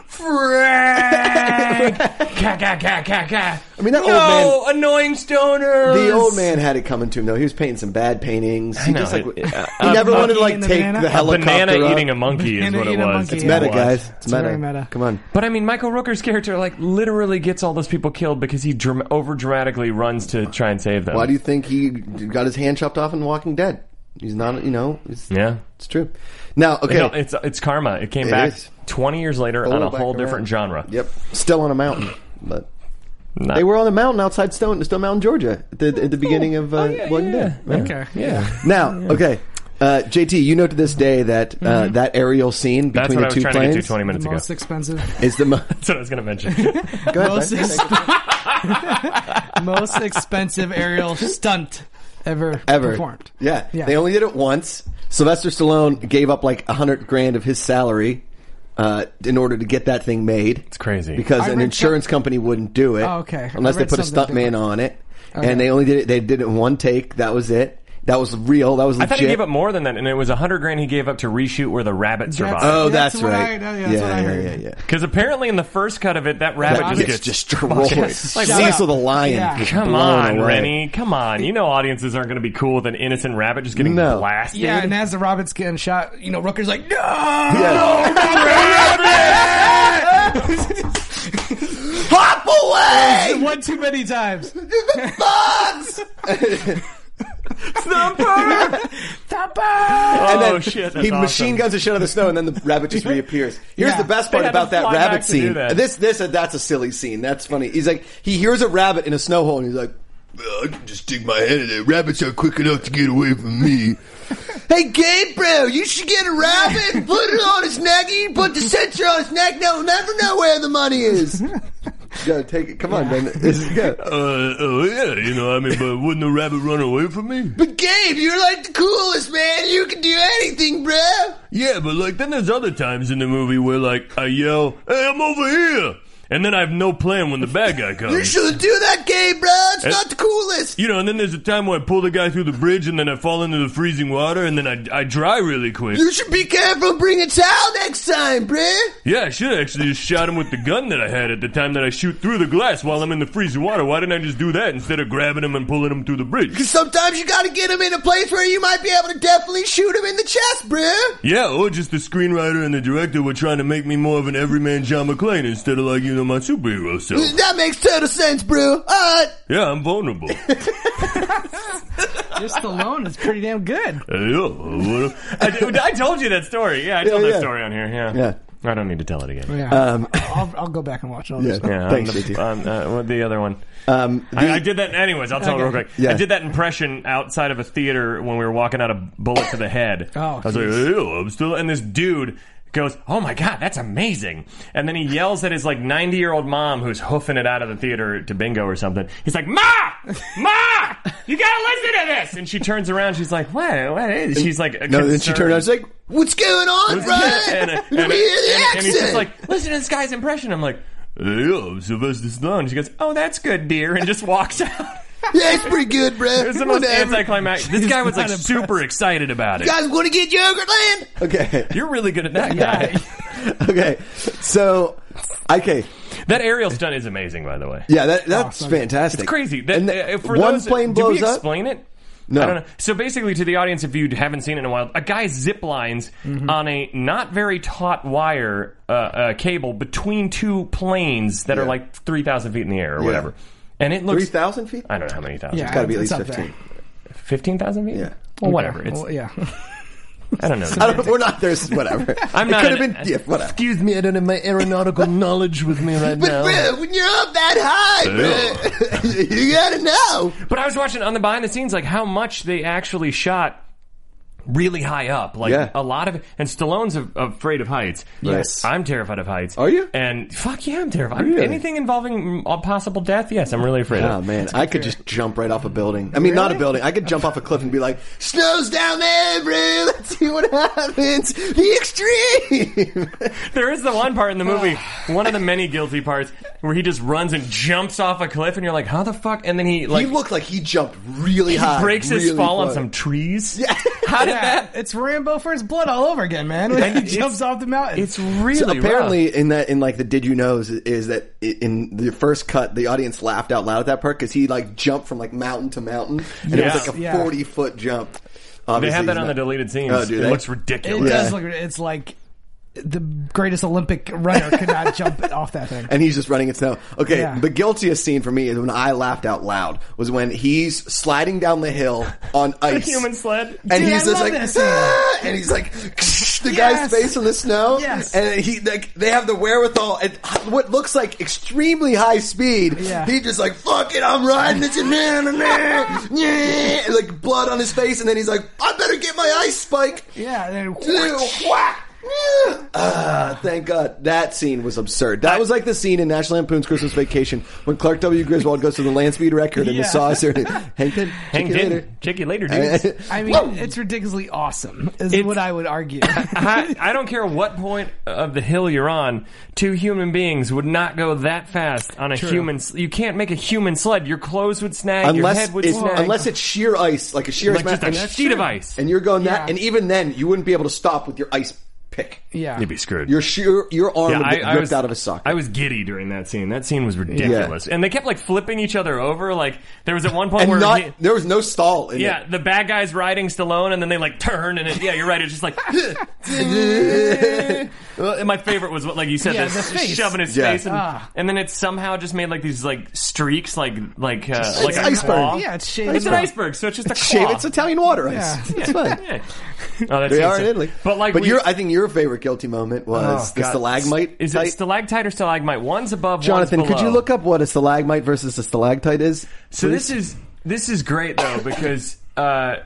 Speaker 4: Frank. ka, ka, ka, ka, ka. I
Speaker 3: mean, that old
Speaker 4: no, annoying stoner.
Speaker 3: The old man had it coming to him though. He was painting some bad paintings. He
Speaker 4: know,
Speaker 3: just like
Speaker 4: it-
Speaker 3: he
Speaker 4: uh,
Speaker 3: never
Speaker 4: a
Speaker 3: wanted to like
Speaker 5: monkey
Speaker 3: take
Speaker 5: and a
Speaker 3: the
Speaker 5: banana?
Speaker 4: A
Speaker 3: helicopter.
Speaker 4: banana
Speaker 3: up.
Speaker 4: eating a monkey is
Speaker 5: Banana
Speaker 4: what it
Speaker 5: eating a
Speaker 4: was.
Speaker 5: monkey,
Speaker 4: It's
Speaker 5: yeah.
Speaker 3: Meta
Speaker 4: what it was.
Speaker 3: guys, it's,
Speaker 5: It's
Speaker 3: meta.
Speaker 5: very meta.
Speaker 3: Come on.
Speaker 4: But I mean, Michael Rooker's character like literally gets all those people killed because he dram- over dramatically runs to try and save them.
Speaker 3: Why do you think he got his hand chopped off in Walking Dead? He's not, you know, it's,
Speaker 4: Yeah.
Speaker 3: it's true. Now, okay,
Speaker 4: You know, it's it's karma. It came
Speaker 3: It
Speaker 4: back
Speaker 3: is.
Speaker 4: twenty years later
Speaker 3: Pull
Speaker 4: on a
Speaker 3: back
Speaker 4: whole
Speaker 3: around.
Speaker 4: different genre.
Speaker 3: yep, still on a mountain, but
Speaker 4: Not-
Speaker 3: they were on a mountain outside Stone Stone Mountain, Georgia, at the, at the beginning of uh, Walking Dead. Yeah.
Speaker 5: Okay.
Speaker 4: Oh, Yeah. Mm-hmm.
Speaker 3: Now, okay, uh, JT, you know to this day that uh, that aerial scene
Speaker 4: That's
Speaker 3: between
Speaker 4: what I
Speaker 3: the
Speaker 4: was
Speaker 3: two
Speaker 4: trying to get
Speaker 3: planes
Speaker 4: to twenty minutes ago.
Speaker 5: Most expensive.
Speaker 3: is the mo-
Speaker 4: That's what I was going to mention.
Speaker 3: Go ahead,
Speaker 5: Most,
Speaker 3: Frank.
Speaker 5: ex- most expensive aerial stunt ever,
Speaker 3: ever
Speaker 5: performed.
Speaker 3: Yeah.
Speaker 5: Yeah.
Speaker 3: they only did it once. Sylvester Stallone gave up like a hundred grand of his salary uh, in order to get that thing made. It's
Speaker 4: crazy.
Speaker 3: because
Speaker 5: I
Speaker 3: an
Speaker 5: read
Speaker 3: insurance company wouldn't do it.
Speaker 5: Oh, okay. I
Speaker 3: unless they
Speaker 5: read
Speaker 3: put a
Speaker 5: something
Speaker 3: stuntman
Speaker 5: different.
Speaker 3: on it, and they only did it. They did it in one take. That was it. That was real. That was
Speaker 4: I
Speaker 3: legit.
Speaker 4: thought he gave up more than that, and it was a hundred grand he gave up to reshoot where the rabbit survived.
Speaker 3: oh,
Speaker 5: That's
Speaker 3: that's,
Speaker 5: what
Speaker 3: right.
Speaker 5: I- yeah, that's what I
Speaker 3: yeah,
Speaker 5: heard.
Speaker 3: yeah, yeah, yeah.
Speaker 4: Because apparently in the first cut of it, that rabbit
Speaker 3: That
Speaker 4: just
Speaker 3: gets
Speaker 4: gets
Speaker 3: just destroyed.
Speaker 4: Like,
Speaker 3: Cecil the lion.
Speaker 5: Yeah.
Speaker 3: gets
Speaker 4: Come
Speaker 3: blown
Speaker 4: on,
Speaker 3: away.
Speaker 4: Rennie. Come on. You know audiences aren't going to be cool with an innocent rabbit just getting
Speaker 3: No.
Speaker 4: blasted.
Speaker 5: Yeah, and as the Robin's getting shot, you know, Rooker's like, no!
Speaker 3: Yeah. Hop away!
Speaker 5: One too many times.
Speaker 3: Bugs!
Speaker 5: Topper!
Speaker 3: and then
Speaker 4: oh shit! That's
Speaker 3: he
Speaker 4: awesome.
Speaker 3: machine guns the shit out of the snow, and then the rabbit just reappears. Here's
Speaker 5: Yeah.
Speaker 3: the best
Speaker 4: They
Speaker 3: part
Speaker 4: had
Speaker 3: about
Speaker 4: to
Speaker 3: that
Speaker 4: fly
Speaker 3: rabbit
Speaker 4: back to do
Speaker 3: scene.
Speaker 4: that.
Speaker 3: This, this, uh, that's a silly scene. That's funny. He's like, he hears a rabbit in a snow hole, and he's like, "Well, I can just stick my head in it. Rabbits are quick enough to get away from me. hey, Gabriel, you should get a rabbit, put it on his neck, you put the sensor on his neck. They'll never know where the money is. you gotta take it. Come on, man. This is good.
Speaker 4: Uh, oh yeah, you know, I mean, but wouldn't the rabbit run away from me?
Speaker 3: But Gabe, you're like the coolest man. You can do anything, bruh.
Speaker 4: Yeah, but like then there's other times in the movie where like I yell, "Hey, I'm over here," and then I have no plan when the bad guy comes.
Speaker 3: You shouldn't do that, Gabe, bruh. It's not the coolest.
Speaker 4: You know, and then there's a time where I pull the guy through the bridge, and then I fall into the freezing water, and then I, I dry really quick.
Speaker 3: You should be careful bringing towel next time, bruh.
Speaker 4: Yeah, I should have actually just shot him with the gun that I had at the time that I shoot through the glass while I'm in the freezing water. Why didn't I just do that instead of grabbing him and pulling him through the bridge?
Speaker 3: Because sometimes you gotta get him in a place where you might be able to definitely shoot him in the chest, bruh.
Speaker 4: Yeah, or just the screenwriter and the director were trying to make me more of an everyman John McClane instead of like, you know, my superhero self.
Speaker 3: That makes total sense, bruh. Alright.
Speaker 4: Yeah, I'm vulnerable.
Speaker 5: Just alone is pretty damn good.
Speaker 4: I, I told you that story. Yeah, I told
Speaker 3: Yeah, yeah.
Speaker 4: that story on here. Yeah.
Speaker 3: Yeah.
Speaker 4: I don't need to tell it again.
Speaker 5: Yeah.
Speaker 3: Um,
Speaker 5: I'll, I'll go back and watch all this.
Speaker 4: Yeah,
Speaker 3: Thanks,
Speaker 4: um,
Speaker 3: JT.
Speaker 4: the, um, uh, what the other one?
Speaker 3: Um, the-
Speaker 4: I, I did that anyways. I'll tell it real quick.
Speaker 3: Yeah.
Speaker 4: I did that impression outside of a theater when we were walking out of Bullet to the Head.
Speaker 5: Oh,
Speaker 4: I was like, ew, I'm still. And this dude goes, "Oh my god, that's amazing!" And then he yells at his like 90 year old mom who's hoofing it out of the theater to bingo or something. He's like, "Ma, ma, you gotta listen to this!" And she turns around. She's like, "What? What is?" She's like,
Speaker 3: no, then she turned around and was like, What's going on, bruh?
Speaker 4: and, and,
Speaker 3: Let
Speaker 4: and,
Speaker 3: me hear the
Speaker 4: and- and he's just
Speaker 3: accent."
Speaker 4: like, listen to this guy's impression. I'm like, yeah, Sylvester Stallone. She goes, oh, that's good, dear, and just walks out.
Speaker 3: Yeah, it's pretty good, bruh.
Speaker 4: It was the most
Speaker 3: Whatever.
Speaker 4: anticlimactic. This guy was like
Speaker 5: not impressed.
Speaker 4: super excited about it.
Speaker 3: Guys, wanna get yogurt land? Okay.
Speaker 4: You're really good at that guy.
Speaker 3: Okay. So, okay.
Speaker 4: That aerial stunt is amazing, by the way.
Speaker 3: Yeah, that, that's fantastic.
Speaker 4: It's crazy. That,
Speaker 3: And
Speaker 4: uh, for
Speaker 3: one
Speaker 4: those,
Speaker 3: plane
Speaker 4: did
Speaker 3: blows
Speaker 4: we
Speaker 3: up.
Speaker 4: explain it?
Speaker 3: No.
Speaker 4: I don't know. So basically, to the audience, if you haven't seen it in a while, a guy zip lines on a not very taut wire uh, uh, cable between two planes that are
Speaker 3: Yeah.
Speaker 4: like three thousand feet in the air or whatever, and it looks
Speaker 3: 3,000 feet?
Speaker 4: I don't know how many thousand.
Speaker 5: Yeah.
Speaker 3: Gotta be at
Speaker 5: It's
Speaker 3: least
Speaker 5: up there.
Speaker 3: 15.
Speaker 4: fifteen thousand feet.
Speaker 3: Yeah.
Speaker 4: Well, whatever. It's
Speaker 5: Well, yeah.
Speaker 4: I don't know.
Speaker 3: I don't, we're not there's whatever.
Speaker 4: I'm
Speaker 3: it
Speaker 4: not
Speaker 3: could have
Speaker 4: an-
Speaker 3: been yeah, whatever.
Speaker 6: Excuse me, I don't have my aeronautical knowledge with me right
Speaker 3: But
Speaker 6: now.
Speaker 3: Will, when you're up that high, man, you gotta know.
Speaker 4: But I was watching on the behind the scenes, like how much they actually shot really high up. Like
Speaker 3: Yeah.
Speaker 4: a lot of, and Stallone's a, afraid of heights.
Speaker 3: Yes.
Speaker 4: I'm terrified of heights.
Speaker 3: Are you?
Speaker 4: And fuck yeah, I'm terrified.
Speaker 3: Really?
Speaker 4: Anything involving mm, a possible death, yes, I'm really afraid
Speaker 3: Oh
Speaker 4: of.
Speaker 3: man, I could just jump right off a building. I mean, not a building. I could jump off a cliff and be like, "Snow's down there, bro. Let's see what happens. The extreme."
Speaker 4: There is the one part in the movie, one of the many guilty parts, where he just runs and jumps off a cliff, and you're like, how the fuck? And then he like
Speaker 3: he looked like he jumped really high.
Speaker 4: breaks his
Speaker 3: really
Speaker 4: fall on
Speaker 3: far.
Speaker 4: some trees. Yeah. How did
Speaker 5: Yeah,
Speaker 4: that?
Speaker 5: it's Rambo for his blood all over again, man. When he
Speaker 4: It's-
Speaker 5: jumps off the mountain.
Speaker 4: It's really
Speaker 3: So apparently
Speaker 4: rough.
Speaker 3: in that in like the did you knows is that i- in the first cut the audience laughed out loud at that part because he like jumped from like mountain to mountain and it
Speaker 4: Yeah.
Speaker 3: was like a
Speaker 5: Yeah.
Speaker 3: forty foot jump.
Speaker 4: they
Speaker 3: Obviously,
Speaker 4: have that
Speaker 3: he's
Speaker 4: on the
Speaker 3: not-
Speaker 4: deleted scenes.
Speaker 3: Oh, do
Speaker 4: it
Speaker 3: they?
Speaker 4: looks
Speaker 5: it
Speaker 4: ridiculous.
Speaker 5: does
Speaker 3: Yeah.
Speaker 5: look. It's like the greatest Olympic runner could not jump off that thing.
Speaker 3: and he's just running in snow. Okay,
Speaker 5: Yeah.
Speaker 3: the guiltiest scene for me is when I laughed out loud was when he's sliding down the hill on ice,
Speaker 4: human sled.
Speaker 3: and
Speaker 5: Dude,
Speaker 3: he's
Speaker 5: I
Speaker 3: just
Speaker 5: love
Speaker 3: like,
Speaker 5: that scene.
Speaker 3: "Ah!" and he's like, the guy's
Speaker 5: Yes.
Speaker 3: face in the snow,
Speaker 5: Yes.
Speaker 3: and he like they have the wherewithal at what looks like extremely high speed.
Speaker 5: Yeah.
Speaker 3: He just like, fuck it, I'm riding this, and nah, nah, nah, nah," and, like blood on his face, and then he's like, I better get my ice spike.
Speaker 5: Yeah, and then-
Speaker 3: Ah, thank God. That scene was absurd. That was like the scene in National Lampoon's Christmas Vacation when Clark W. Griswold goes to the land speed record and the
Speaker 5: Yeah.
Speaker 3: saucer. Hank did.
Speaker 4: Hang in. Check you later, dudes.
Speaker 5: I mean, it's ridiculously awesome. Is what I would argue.
Speaker 4: I, I don't care what point of the hill you're on. Two human beings would not go that fast on a human. sl- You can't make a human sled. Your clothes would snag. your
Speaker 3: Unless
Speaker 4: head would
Speaker 3: it's,
Speaker 4: snag.
Speaker 3: unless it's sheer ice, like a sheer
Speaker 4: like
Speaker 3: ice
Speaker 4: just a
Speaker 3: mountain,
Speaker 4: sheet of ice,
Speaker 3: and you're going that,
Speaker 5: Yeah.
Speaker 3: and even then, you wouldn't be able to stop with your ice pick.
Speaker 5: yeah,
Speaker 4: you'd be screwed.
Speaker 3: Your sheer, your arm would
Speaker 4: I,
Speaker 3: get
Speaker 4: I
Speaker 3: ripped
Speaker 4: was,
Speaker 3: out of a socket.
Speaker 4: I was giddy during that scene. That scene was ridiculous, and they kept like flipping each other over. Like there was at one point
Speaker 3: and
Speaker 4: where
Speaker 3: not
Speaker 4: he-
Speaker 3: there was no stall. In
Speaker 4: yeah, the bad guys riding Stallone, and then they like turn, and it, yeah, you're right. It's just like. Well, and my favorite was what, like you said,
Speaker 5: Yeah,
Speaker 4: this
Speaker 5: the face.
Speaker 4: shoving his
Speaker 3: Yeah.
Speaker 4: face, and,
Speaker 5: Ah.
Speaker 4: and then it somehow just made like these like streaks, like like uh, like
Speaker 3: It's
Speaker 4: a
Speaker 3: iceberg.
Speaker 4: claw.
Speaker 5: yeah, it's shaved.
Speaker 4: It's an iceberg, so it's just a claw.
Speaker 3: shave. It's Italian water ice.
Speaker 5: Yeah.
Speaker 3: It's fun.
Speaker 4: Yeah. Oh, that
Speaker 3: They
Speaker 4: seems
Speaker 3: are
Speaker 4: so-
Speaker 3: in Italy,
Speaker 4: But like,
Speaker 3: but
Speaker 4: we, Oh,
Speaker 3: your, I think your favorite guilty moment was the
Speaker 4: God.
Speaker 3: stalagmite.
Speaker 4: is
Speaker 3: type?
Speaker 4: it stalactite or stalagmite? One's above,
Speaker 3: Jonathan,
Speaker 4: one's
Speaker 3: could you
Speaker 4: below.
Speaker 3: look up what a stalagmite versus a stalactite is?
Speaker 4: So this is this is great though because uh,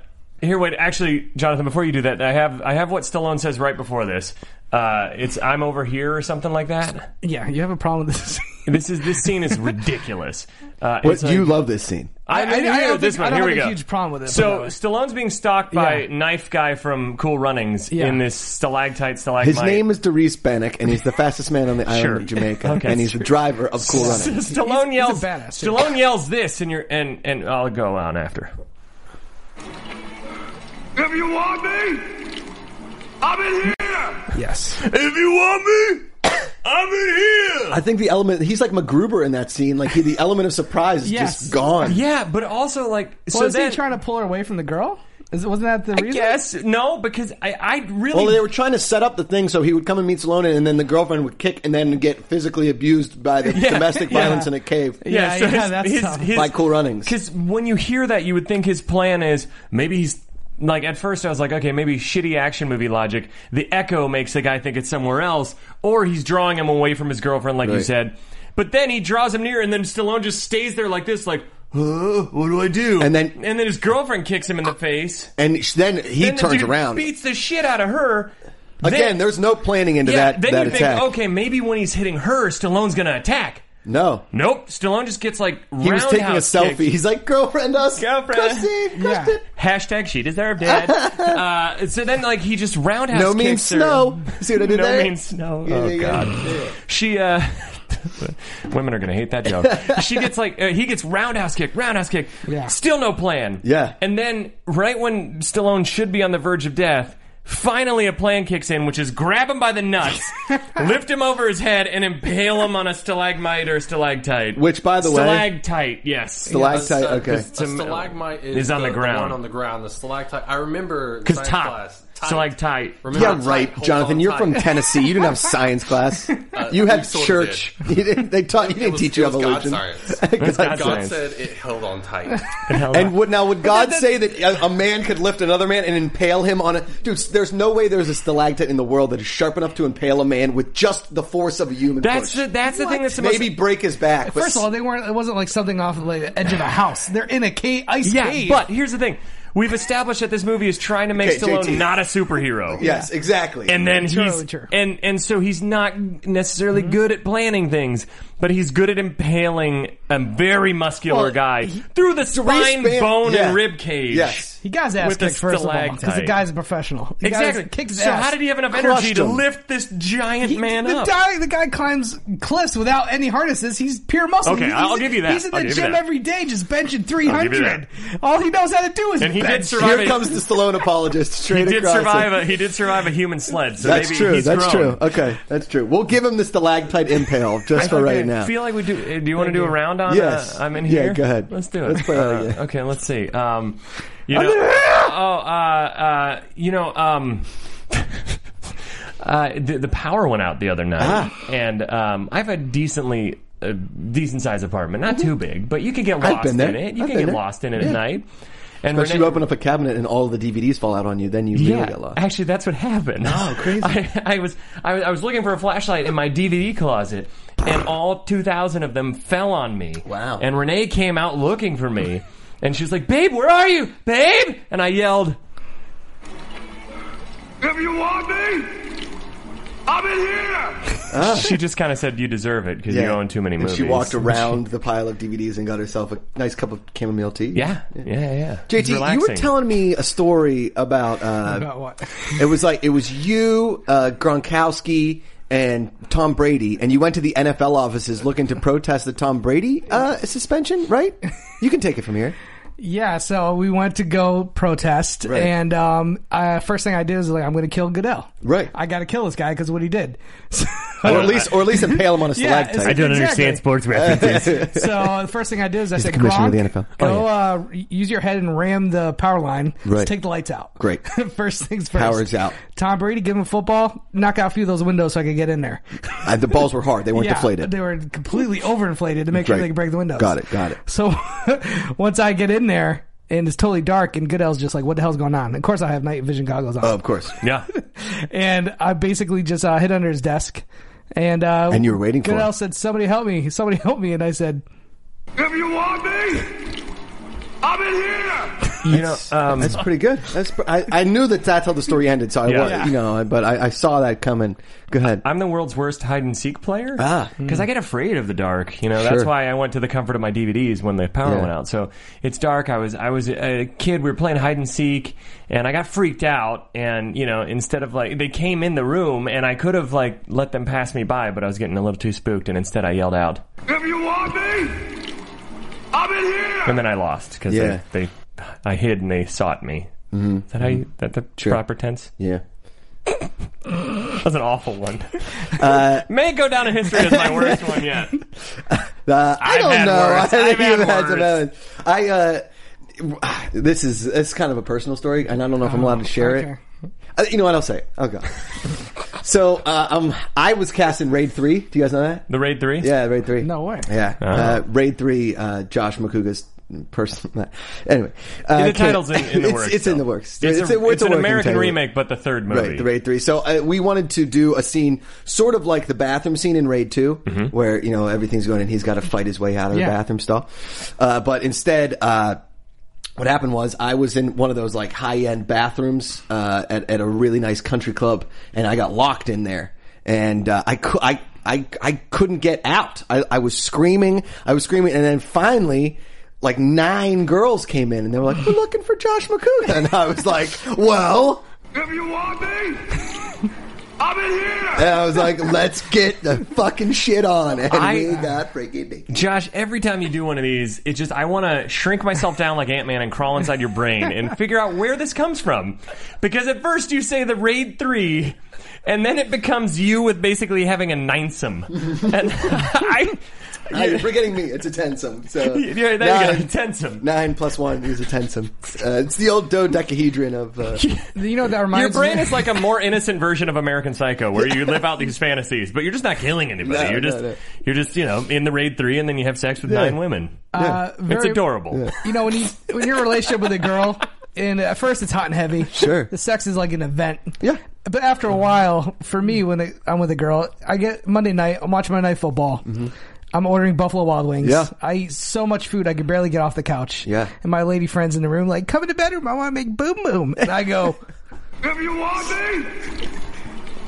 Speaker 4: here, wait, actually, Jonathan, before you do that, I have I have what Stallone says right before this. Uh, it's I'm over here or something like that.
Speaker 5: yeah, you have a problem with this.
Speaker 4: This is this scene is ridiculous. Uh,
Speaker 3: What,
Speaker 4: it's like-
Speaker 3: you love this scene.
Speaker 4: I,
Speaker 5: I- I
Speaker 4: here,
Speaker 5: don't think-
Speaker 4: this one.
Speaker 5: I don't
Speaker 4: Here we
Speaker 5: have a
Speaker 4: go.
Speaker 5: huge problem with it,
Speaker 4: So
Speaker 5: but- uh,
Speaker 4: Stallone's being stalked by
Speaker 5: Yeah.
Speaker 4: knife guy from Cool Runnings
Speaker 5: Yeah.
Speaker 4: in this stalactite stalagmite.
Speaker 3: His name is Derice Bannock, and he's the fastest man on the island
Speaker 4: Sure.
Speaker 3: of Jamaica,
Speaker 4: Okay.
Speaker 3: and he's the driver of Cool Running.
Speaker 4: Stallone
Speaker 5: he's a
Speaker 4: yells.
Speaker 5: badass, too.
Speaker 4: Stallone yells this, and you're and and I'll go on after.
Speaker 8: If you want me, I'm in here.
Speaker 5: yes,
Speaker 4: If you want me, I'm in here.
Speaker 3: I think the element he's like MacGruber in that scene. Like he, the element of surprise is
Speaker 5: Yes.
Speaker 3: just gone.
Speaker 4: Yeah, but also like so
Speaker 5: was
Speaker 4: then,
Speaker 5: he trying to pull her away from the girl? Is, wasn't that the reason?
Speaker 4: Yes, no, because I I really
Speaker 3: Well, they were trying to set up the thing so he would come and meet Salona, and then the girlfriend would kick, and then get physically abused by the
Speaker 4: Yeah.
Speaker 3: domestic
Speaker 4: Yeah.
Speaker 3: violence in a cave.
Speaker 4: yeah, so
Speaker 5: yeah,
Speaker 4: his,
Speaker 5: that's
Speaker 4: his,
Speaker 5: tough.
Speaker 4: his,
Speaker 3: By Cool Runnings.
Speaker 4: Because when you hear that, you would think his plan is maybe he's like at first I was like, okay, maybe shitty action movie logic. The echo makes the guy think it's somewhere else, or he's drawing him away from his girlfriend, like you
Speaker 3: Right.
Speaker 4: said. But then he draws him near, and then Stallone just stays there like this, like, huh, what do I do?
Speaker 3: And then-
Speaker 4: and then his girlfriend kicks him in the face.
Speaker 3: And sh- then he
Speaker 4: Then the
Speaker 3: turns
Speaker 4: dude
Speaker 3: around
Speaker 4: beats the shit out of her.
Speaker 3: again.
Speaker 4: Then-
Speaker 3: There's no planning into
Speaker 4: Yeah,
Speaker 3: that
Speaker 4: then
Speaker 3: that
Speaker 4: you
Speaker 3: attack.
Speaker 4: think, okay, maybe when he's hitting her, Stallone's gonna attack.
Speaker 3: No,
Speaker 4: Nope, Stallone just gets like
Speaker 3: he was taking a
Speaker 4: roundhouse
Speaker 3: selfie.
Speaker 4: kicked.
Speaker 3: He's like, "Girlfriend, us,
Speaker 4: Girlfriend."
Speaker 3: Christine,
Speaker 5: Yeah.
Speaker 3: Christine."
Speaker 4: Hashtag she deserved it. uh, so then, like, he just roundhouse
Speaker 3: No
Speaker 4: kicks
Speaker 3: means
Speaker 4: her.
Speaker 3: snow. See what I did
Speaker 4: no
Speaker 3: there?
Speaker 4: means snow.
Speaker 3: Yeah,
Speaker 4: oh
Speaker 3: yeah,
Speaker 4: god,
Speaker 3: yeah.
Speaker 4: she. uh Women are gonna hate that joke. she gets like uh, he gets roundhouse kick, roundhouse kick.
Speaker 5: Yeah.
Speaker 4: Still no plan.
Speaker 3: Yeah.
Speaker 4: And then right when Stallone should be on the verge of death. Finally, a plan kicks in, which is grab him by the nuts, lift him over his head, and impale him on a stalagmite or stalactite.
Speaker 3: Which, by the way-
Speaker 4: stalactite, yes,
Speaker 3: Stalactite.
Speaker 4: uh,
Speaker 3: Okay.
Speaker 9: A stalagmite is,
Speaker 4: Is on the ground.
Speaker 9: one on the ground. The stalactite. I remember
Speaker 4: 'Cause
Speaker 9: science
Speaker 4: top.
Speaker 9: class.
Speaker 4: So like tight.
Speaker 9: Remember
Speaker 3: Yeah,
Speaker 9: tight,
Speaker 3: right,
Speaker 9: hold
Speaker 3: Jonathan.
Speaker 9: on
Speaker 3: You're
Speaker 9: tight.
Speaker 3: from Tennessee. You didn't have science class. you
Speaker 9: we
Speaker 3: had
Speaker 9: Uh, sort of
Speaker 3: church. You didn't, they taught you
Speaker 9: It
Speaker 3: didn't
Speaker 9: was-
Speaker 3: teach you
Speaker 9: it was God
Speaker 3: evolution.
Speaker 9: science.
Speaker 3: God
Speaker 4: God
Speaker 9: God
Speaker 4: science.
Speaker 3: science.
Speaker 9: said it held on tight.
Speaker 3: And would, now, would God say that a, a man could lift another man and impale him on a dude? There's no way there's a stalactite in the world that is sharp enough to impale a man with just the force of a human.
Speaker 4: That's
Speaker 3: push.
Speaker 4: the that's the thing that's the
Speaker 3: maybe
Speaker 4: most.
Speaker 3: break his back. but
Speaker 5: First of all, they weren't. It wasn't like something off of like, the edge of a house. They're in a cave, ice
Speaker 4: Yeah,
Speaker 5: cave.
Speaker 4: but here's the thing: we've established that this movie is trying to make
Speaker 3: Okay,
Speaker 4: Stallone
Speaker 3: JT.
Speaker 4: not a superhero.
Speaker 3: yes, exactly.
Speaker 4: And then
Speaker 5: True,
Speaker 4: he's
Speaker 5: true.
Speaker 4: and and so he's not necessarily
Speaker 3: Mm-hmm.
Speaker 4: good at planning things, but he's good at impaling a very muscular
Speaker 3: Well,
Speaker 4: guy through the spine,
Speaker 3: span-
Speaker 4: bone,
Speaker 3: yeah.
Speaker 4: and rib cage.
Speaker 3: Yes.
Speaker 5: he got his ass
Speaker 4: With the
Speaker 5: kicked first of all because the
Speaker 4: stalactite.
Speaker 5: guy's a professional. The guy
Speaker 4: Exactly.
Speaker 5: kicked his
Speaker 4: so
Speaker 5: ass.
Speaker 4: how did he have enough energy
Speaker 3: Crushed
Speaker 4: to
Speaker 3: him.
Speaker 4: lift this giant
Speaker 5: He-
Speaker 4: man
Speaker 5: the
Speaker 4: up?
Speaker 5: Guy, the guy climbs cliffs without any harnesses. He's pure muscle.
Speaker 4: Okay,
Speaker 5: He's-
Speaker 4: I'll
Speaker 5: he's-
Speaker 4: give you that.
Speaker 5: He's in
Speaker 4: I'll
Speaker 5: the
Speaker 4: give you
Speaker 5: gym
Speaker 4: that.
Speaker 5: every day, just benching
Speaker 4: give you
Speaker 5: 300.
Speaker 4: that.
Speaker 5: All he knows how to do is
Speaker 4: And he did
Speaker 5: bench.
Speaker 4: survive-
Speaker 3: here comes the Stallone apologist.
Speaker 4: he
Speaker 3: Straight
Speaker 4: did
Speaker 3: across
Speaker 4: survive.
Speaker 3: it.
Speaker 4: A, he did survive a human sled. So
Speaker 3: That's
Speaker 4: maybe
Speaker 3: true.
Speaker 4: He's
Speaker 3: That's
Speaker 4: grown.
Speaker 3: true. Okay, that's true. We'll give him the stalactite impale just for right now.
Speaker 4: I feel like we do. uh, Do you want to do a round on?
Speaker 3: Yes.
Speaker 4: Uh, I'm in
Speaker 3: Yeah,
Speaker 4: here.
Speaker 3: go ahead.
Speaker 4: Let's do it.
Speaker 3: Let's play
Speaker 4: Uh,
Speaker 3: that again.
Speaker 4: Okay, let's see. Um, you know, oh, uh, uh, you know, um, uh, the, the power went out the other night,
Speaker 3: Ah.
Speaker 4: and um, I have a decently. A decent sized apartment, not too big, but you can get
Speaker 3: Mm-hmm. I've
Speaker 4: lost
Speaker 3: been there.
Speaker 4: in it. You
Speaker 3: I've
Speaker 4: can
Speaker 3: been
Speaker 4: get
Speaker 3: there.
Speaker 4: lost in it
Speaker 3: Yeah.
Speaker 4: at night. And
Speaker 3: Unless
Speaker 4: Renee-
Speaker 3: you open up a cabinet and all the DVDs fall out on you, then you really get lost.
Speaker 4: actually, that's what happened.
Speaker 3: Oh, crazy.
Speaker 4: I, I was I, was- I was looking for a flashlight in my DVD closet, and all two thousand of them fell on me.
Speaker 3: Wow.
Speaker 4: And Renee came out looking for me, and she was like, "Babe, where are you, babe?" And I yelled,
Speaker 8: If you want me, I'm in here.
Speaker 4: "She just kind of said you deserve it because you
Speaker 3: Uh. Yeah.
Speaker 4: own too many
Speaker 3: and
Speaker 4: movies."
Speaker 3: She walked around the pile of DVDs and got herself a nice cup of chamomile tea.
Speaker 4: Yeah, yeah, yeah. It's
Speaker 3: JT, you were
Speaker 4: relaxing.
Speaker 3: telling me a story about. Uh,
Speaker 5: About what?
Speaker 3: It was like it was you, uh, Gronkowski, and Tom Brady, and you went to the NFL offices looking to protest the Tom Brady uh, suspension, right? You can take it from here.
Speaker 5: Yeah, so we went to go protest,
Speaker 3: Right.
Speaker 5: and um, uh, first thing I did is like, I'm going to kill Goodell.
Speaker 3: Right.
Speaker 5: I got to kill this guy because what he did. So,
Speaker 3: or at least, or at least impale him on a
Speaker 5: Yeah,
Speaker 3: select.
Speaker 5: it's- I don't understand sports
Speaker 3: references.
Speaker 5: so the first thing I did is I said,
Speaker 3: the commissioner of
Speaker 5: Gronk,
Speaker 3: the NFL.
Speaker 5: go
Speaker 3: Oh,
Speaker 5: uh, use your head and ram the power line.
Speaker 3: Right.
Speaker 5: Let's take the lights out.
Speaker 3: Great.
Speaker 5: first things first.
Speaker 3: Power's out.
Speaker 5: Tom Brady, give him a football, knock out a few of those windows so I could get in there.
Speaker 3: Uh, the balls were hard; they weren't
Speaker 5: yeah,
Speaker 3: deflated.
Speaker 5: They were completely overinflated to make sure
Speaker 3: Right.
Speaker 5: they could break the windows.
Speaker 3: Got it, got it.
Speaker 5: So once I get in there and it's totally dark and Goodell's just like, what the hell's going on? Of course I have night vision goggles on.
Speaker 3: Oh, of course.
Speaker 4: Yeah,
Speaker 5: and I basically just uh, hid under his desk. And uh,
Speaker 3: And you were waiting for
Speaker 5: Goodell
Speaker 3: him.
Speaker 5: said, somebody help me. Somebody help me. And I said,
Speaker 8: If you want me, I'm in here.
Speaker 4: you know, um,
Speaker 3: That's pretty good. That's pr- I, I knew that that's how the story ended, so I
Speaker 4: Yeah.
Speaker 3: was, you know, I- but I, I saw that coming. Go ahead.
Speaker 4: I'm the world's worst hide and seek player.
Speaker 3: Ah.
Speaker 4: because I get afraid of the dark. You know, that's
Speaker 3: Sure.
Speaker 4: why I went to the comfort of my DVDs when the power
Speaker 3: Yeah.
Speaker 4: went out. So it's dark. I was I was a kid. We were playing hide and seek, and I got freaked out. And you know, instead of like they came in the room, and I could have like let them pass me by, but I was getting a little too spooked, and instead I yelled out,
Speaker 8: If you want me, I'm in here.
Speaker 4: and then I lost because
Speaker 3: Yeah. Mm-hmm.
Speaker 4: they, they I hid and they sought me. Is that how you, that the proper tense?
Speaker 3: yeah.
Speaker 4: That's an awful one. Uh, May go down in history as my worst one yet.
Speaker 3: Uh, I
Speaker 4: I've
Speaker 3: don't
Speaker 4: had
Speaker 3: know.
Speaker 4: worse.
Speaker 3: I think
Speaker 4: I've had
Speaker 3: you've had some
Speaker 4: worse.
Speaker 3: bad ones. I uh, this is it's kind of a personal story, and I don't know if I'm
Speaker 5: Oh,
Speaker 3: allowed to share
Speaker 5: okay.
Speaker 3: it. Uh, you know what? I'll say. It. Okay. so uh, um, I was cast in Raid Three. Do you guys know that?
Speaker 4: The raid three.
Speaker 3: Yeah, Raid Three.
Speaker 5: No way.
Speaker 3: Yeah,
Speaker 4: Uh-huh.
Speaker 3: uh, Raid Three. Uh, Josh Makuga's person. anyway, uh,
Speaker 4: the title's in, in the
Speaker 3: it's,
Speaker 4: works.
Speaker 3: It's in
Speaker 4: though.
Speaker 3: the works.
Speaker 4: It's, a-
Speaker 3: a-
Speaker 4: it's
Speaker 3: a working
Speaker 4: an American
Speaker 3: title.
Speaker 4: remake, but the third movie.
Speaker 3: Right, the Raid 3. So uh, we wanted to do a scene sort of like the bathroom scene in Raid 2, where, you know, everything's going and he's got to fight his way out of
Speaker 5: Yeah.
Speaker 3: the bathroom stall. Uh, but instead, uh, what happened was I was in one of those like high end bathrooms uh, at, at a really nice country club and I got locked in there and uh, I, cou- I, I, I couldn't get out. I, I was screaming. I was screaming. And then finally, like nine girls came in and they were like, we're looking for Josh McCouga. And I was like, well,
Speaker 8: If you want me, I'm in here.
Speaker 3: And I was like, let's get the fucking shit on. And
Speaker 4: I-
Speaker 3: we got freaking naked.
Speaker 4: Josh, every time you do one of these, it just I want to shrink myself down like Ant Man and crawl inside your brain and figure out where this comes from, because at first you say the Raid Three, and then it becomes you with basically having a ninthsome. And I,
Speaker 3: Ah, you're forgetting me. It's a tensum. So
Speaker 4: yeah, there you go, tensum.
Speaker 3: Nine plus one is a tensum. Uh, it's the old dodecahedron of. Uh,
Speaker 5: You know what that reminds
Speaker 4: Your brain
Speaker 5: me?
Speaker 4: is like a more innocent version of American Psycho, where you live out these fantasies, but you're just not killing anybody.
Speaker 3: No,
Speaker 4: you're just,
Speaker 3: no, no.
Speaker 4: you're just, you know, in the raid three, and then you have sex with nine women.
Speaker 5: uh,
Speaker 4: it's
Speaker 5: very-
Speaker 4: adorable.
Speaker 5: You know when you when you're in a relationship with a girl, and at first it's hot and heavy.
Speaker 3: Sure.
Speaker 5: the sex is like an event.
Speaker 3: Yeah.
Speaker 5: But after a
Speaker 3: Mm-hmm.
Speaker 5: while, for me, when I- I'm with a girl, I get Monday night. I'm watching Monday Night Football. I'm ordering Buffalo Wild Wings.
Speaker 3: Mm-hmm. Yeah.
Speaker 5: I eat so much food I could barely get off the couch.
Speaker 3: Yeah.
Speaker 5: And my lady friends in the room like, come in the bedroom. I want to make boom boom. And I go,
Speaker 8: If you want me,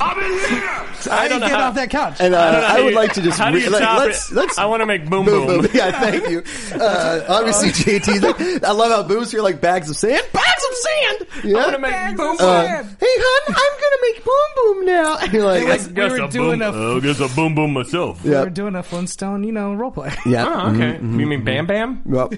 Speaker 8: I'm in here.
Speaker 5: I,
Speaker 4: don't
Speaker 5: didn't
Speaker 4: know
Speaker 5: get
Speaker 4: how-
Speaker 5: off that couch.
Speaker 3: and uh,
Speaker 4: don't know how
Speaker 3: I would
Speaker 4: you-
Speaker 3: like to just
Speaker 4: how do
Speaker 3: re-
Speaker 4: you
Speaker 3: like,
Speaker 4: top
Speaker 3: let's
Speaker 4: it?
Speaker 3: let's.
Speaker 4: I wanna make boom
Speaker 3: boom
Speaker 4: boom.
Speaker 3: Yeah, thank you. Uh, obviously, JT. like, I love how booms here like bags of sand. Bags of sand. Yeah.
Speaker 4: wanna make Bags boom of boom.
Speaker 3: Uh,
Speaker 5: sand.
Speaker 3: hey, hon, I'm gonna make boom boom now. And you're like,
Speaker 5: was- we
Speaker 4: Guess
Speaker 5: were
Speaker 4: a
Speaker 5: doing
Speaker 4: boom,
Speaker 5: a-
Speaker 4: uh, guess a boom boom myself.
Speaker 5: we
Speaker 3: yeah, Mm-hmm,
Speaker 5: were doing a Flintstone, you know, role play.
Speaker 3: yeah.
Speaker 4: Oh, okay. You mean Bam Bam?
Speaker 3: Well,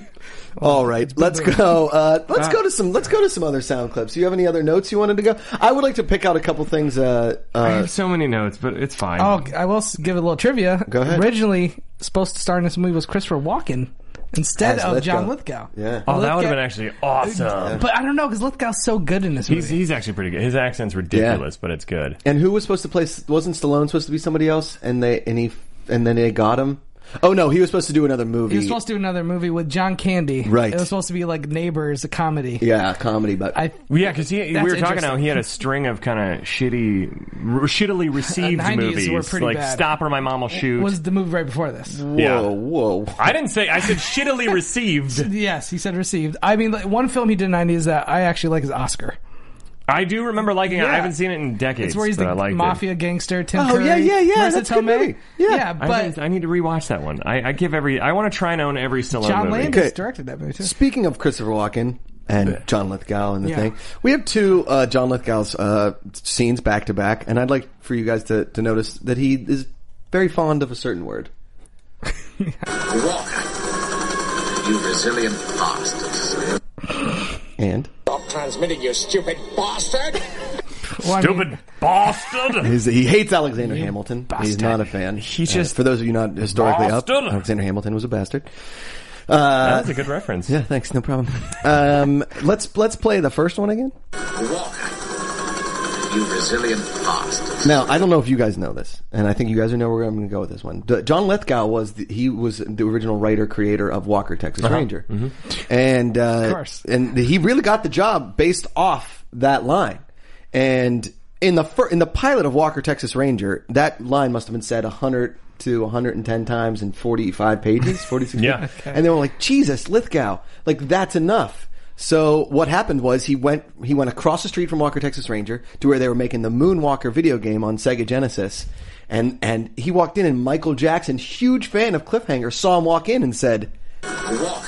Speaker 4: Oh,
Speaker 3: all right, let's go. Uh, let's go to some. Let's go to some other sound clips. Do you have any other notes you wanted to go? I would like to pick out a couple things. Uh,
Speaker 4: I
Speaker 3: uh,
Speaker 4: have so many notes, but it's fine.
Speaker 5: Oh, I will s- give a little trivia.
Speaker 3: Go ahead.
Speaker 5: Originally supposed to star in this movie was Christopher Walken instead
Speaker 3: As
Speaker 5: of
Speaker 3: Lithgow.
Speaker 5: John Lithgow.
Speaker 3: yeah,
Speaker 4: Oh, that
Speaker 5: Lithgow-
Speaker 4: would have been actually awesome.
Speaker 5: But I don't know because Lithgow's so good in this movie.
Speaker 4: He's he's actually pretty good. His accent's ridiculous, but it's good.
Speaker 3: and who was supposed to play? Wasn't Stallone supposed to be somebody else? And they and he and then they got him. Oh no, he was supposed to do another movie.
Speaker 5: He was supposed to do another movie with John Candy.
Speaker 3: Right.
Speaker 5: It was supposed to be like Neighbors, a comedy.
Speaker 3: yeah, comedy, but
Speaker 5: I
Speaker 4: Well, yeah, because we
Speaker 5: That's
Speaker 4: were talking
Speaker 5: interesting.
Speaker 4: how he had a string of kind of shitty, r- shittily received
Speaker 5: 90s
Speaker 4: movies,
Speaker 5: were pretty
Speaker 4: like
Speaker 5: bad.
Speaker 4: Stop or My Mom Will Shoot.
Speaker 5: was the movie right before this.
Speaker 3: whoa,
Speaker 4: yeah.
Speaker 3: whoa,
Speaker 4: I didn't say I said shittily received.
Speaker 5: Yes, he said received. I mean, like, one film he did in the 90s that I actually like is Oscar.
Speaker 4: I do remember liking it. I
Speaker 5: Yeah.
Speaker 4: haven't seen it in decades.
Speaker 5: It's where he's
Speaker 4: but uh, I
Speaker 5: the
Speaker 4: liked
Speaker 5: mafia
Speaker 4: It.
Speaker 5: gangster, Tim
Speaker 3: Oh,
Speaker 5: Curry.
Speaker 3: yeah, yeah, yeah,
Speaker 5: Marissa
Speaker 3: that's a good
Speaker 5: Tomei.
Speaker 3: movie. Yeah.
Speaker 4: I,
Speaker 5: but
Speaker 4: haven't- I need to rewatch that one. I, I give every. I want to try and own every Stallone
Speaker 5: John
Speaker 4: movie.
Speaker 5: Landis
Speaker 3: Okay.
Speaker 5: directed that movie too.
Speaker 3: Speaking of Christopher Walken and John Lithgow and the
Speaker 5: Yeah.
Speaker 3: thing, we have two uh, John Lithgow's uh, scenes back to back, and I'd like for you guys to, to notice that he is very fond of a certain word.
Speaker 9: Walk. You resilient bastard.
Speaker 3: And
Speaker 9: Stop transmitting, you stupid bastard!
Speaker 5: Well, I mean,
Speaker 4: Stupid bastard.
Speaker 3: He's- he hates Alexander Hamilton. He's
Speaker 4: bastard.
Speaker 3: not a fan.
Speaker 4: He
Speaker 3: Uh,
Speaker 4: just-
Speaker 3: for those of you not historically
Speaker 4: Bastard.
Speaker 3: up, Alexander Hamilton was a bastard. Uh,
Speaker 4: That's a good reference.
Speaker 3: yeah, thanks, no problem. Um, let's let's play the first one again.
Speaker 9: Walk. You resilient bastard.
Speaker 3: Now, I don't know if you guys know this, and I think you guys know where I'm going to go with this one. D- John Lithgow was the, he was the original writer creator of Walker Texas Ranger, and uh,
Speaker 5: course.
Speaker 3: and he really got the job based off that line. And in the fir- in the pilot of Walker Texas Ranger, that line must have been said hundred to 110 times in 45 pages, 46.
Speaker 4: Yeah.
Speaker 3: pages. and they were like, Jesus, Lithgow, like that's enough. So what happened was he went he went across the street from Walker Texas Ranger to where they were making the Moonwalker video game on Sega Genesis, and and he walked in and Michael Jackson, huge fan of Cliffhanger, saw him walk in and said,
Speaker 9: Walk.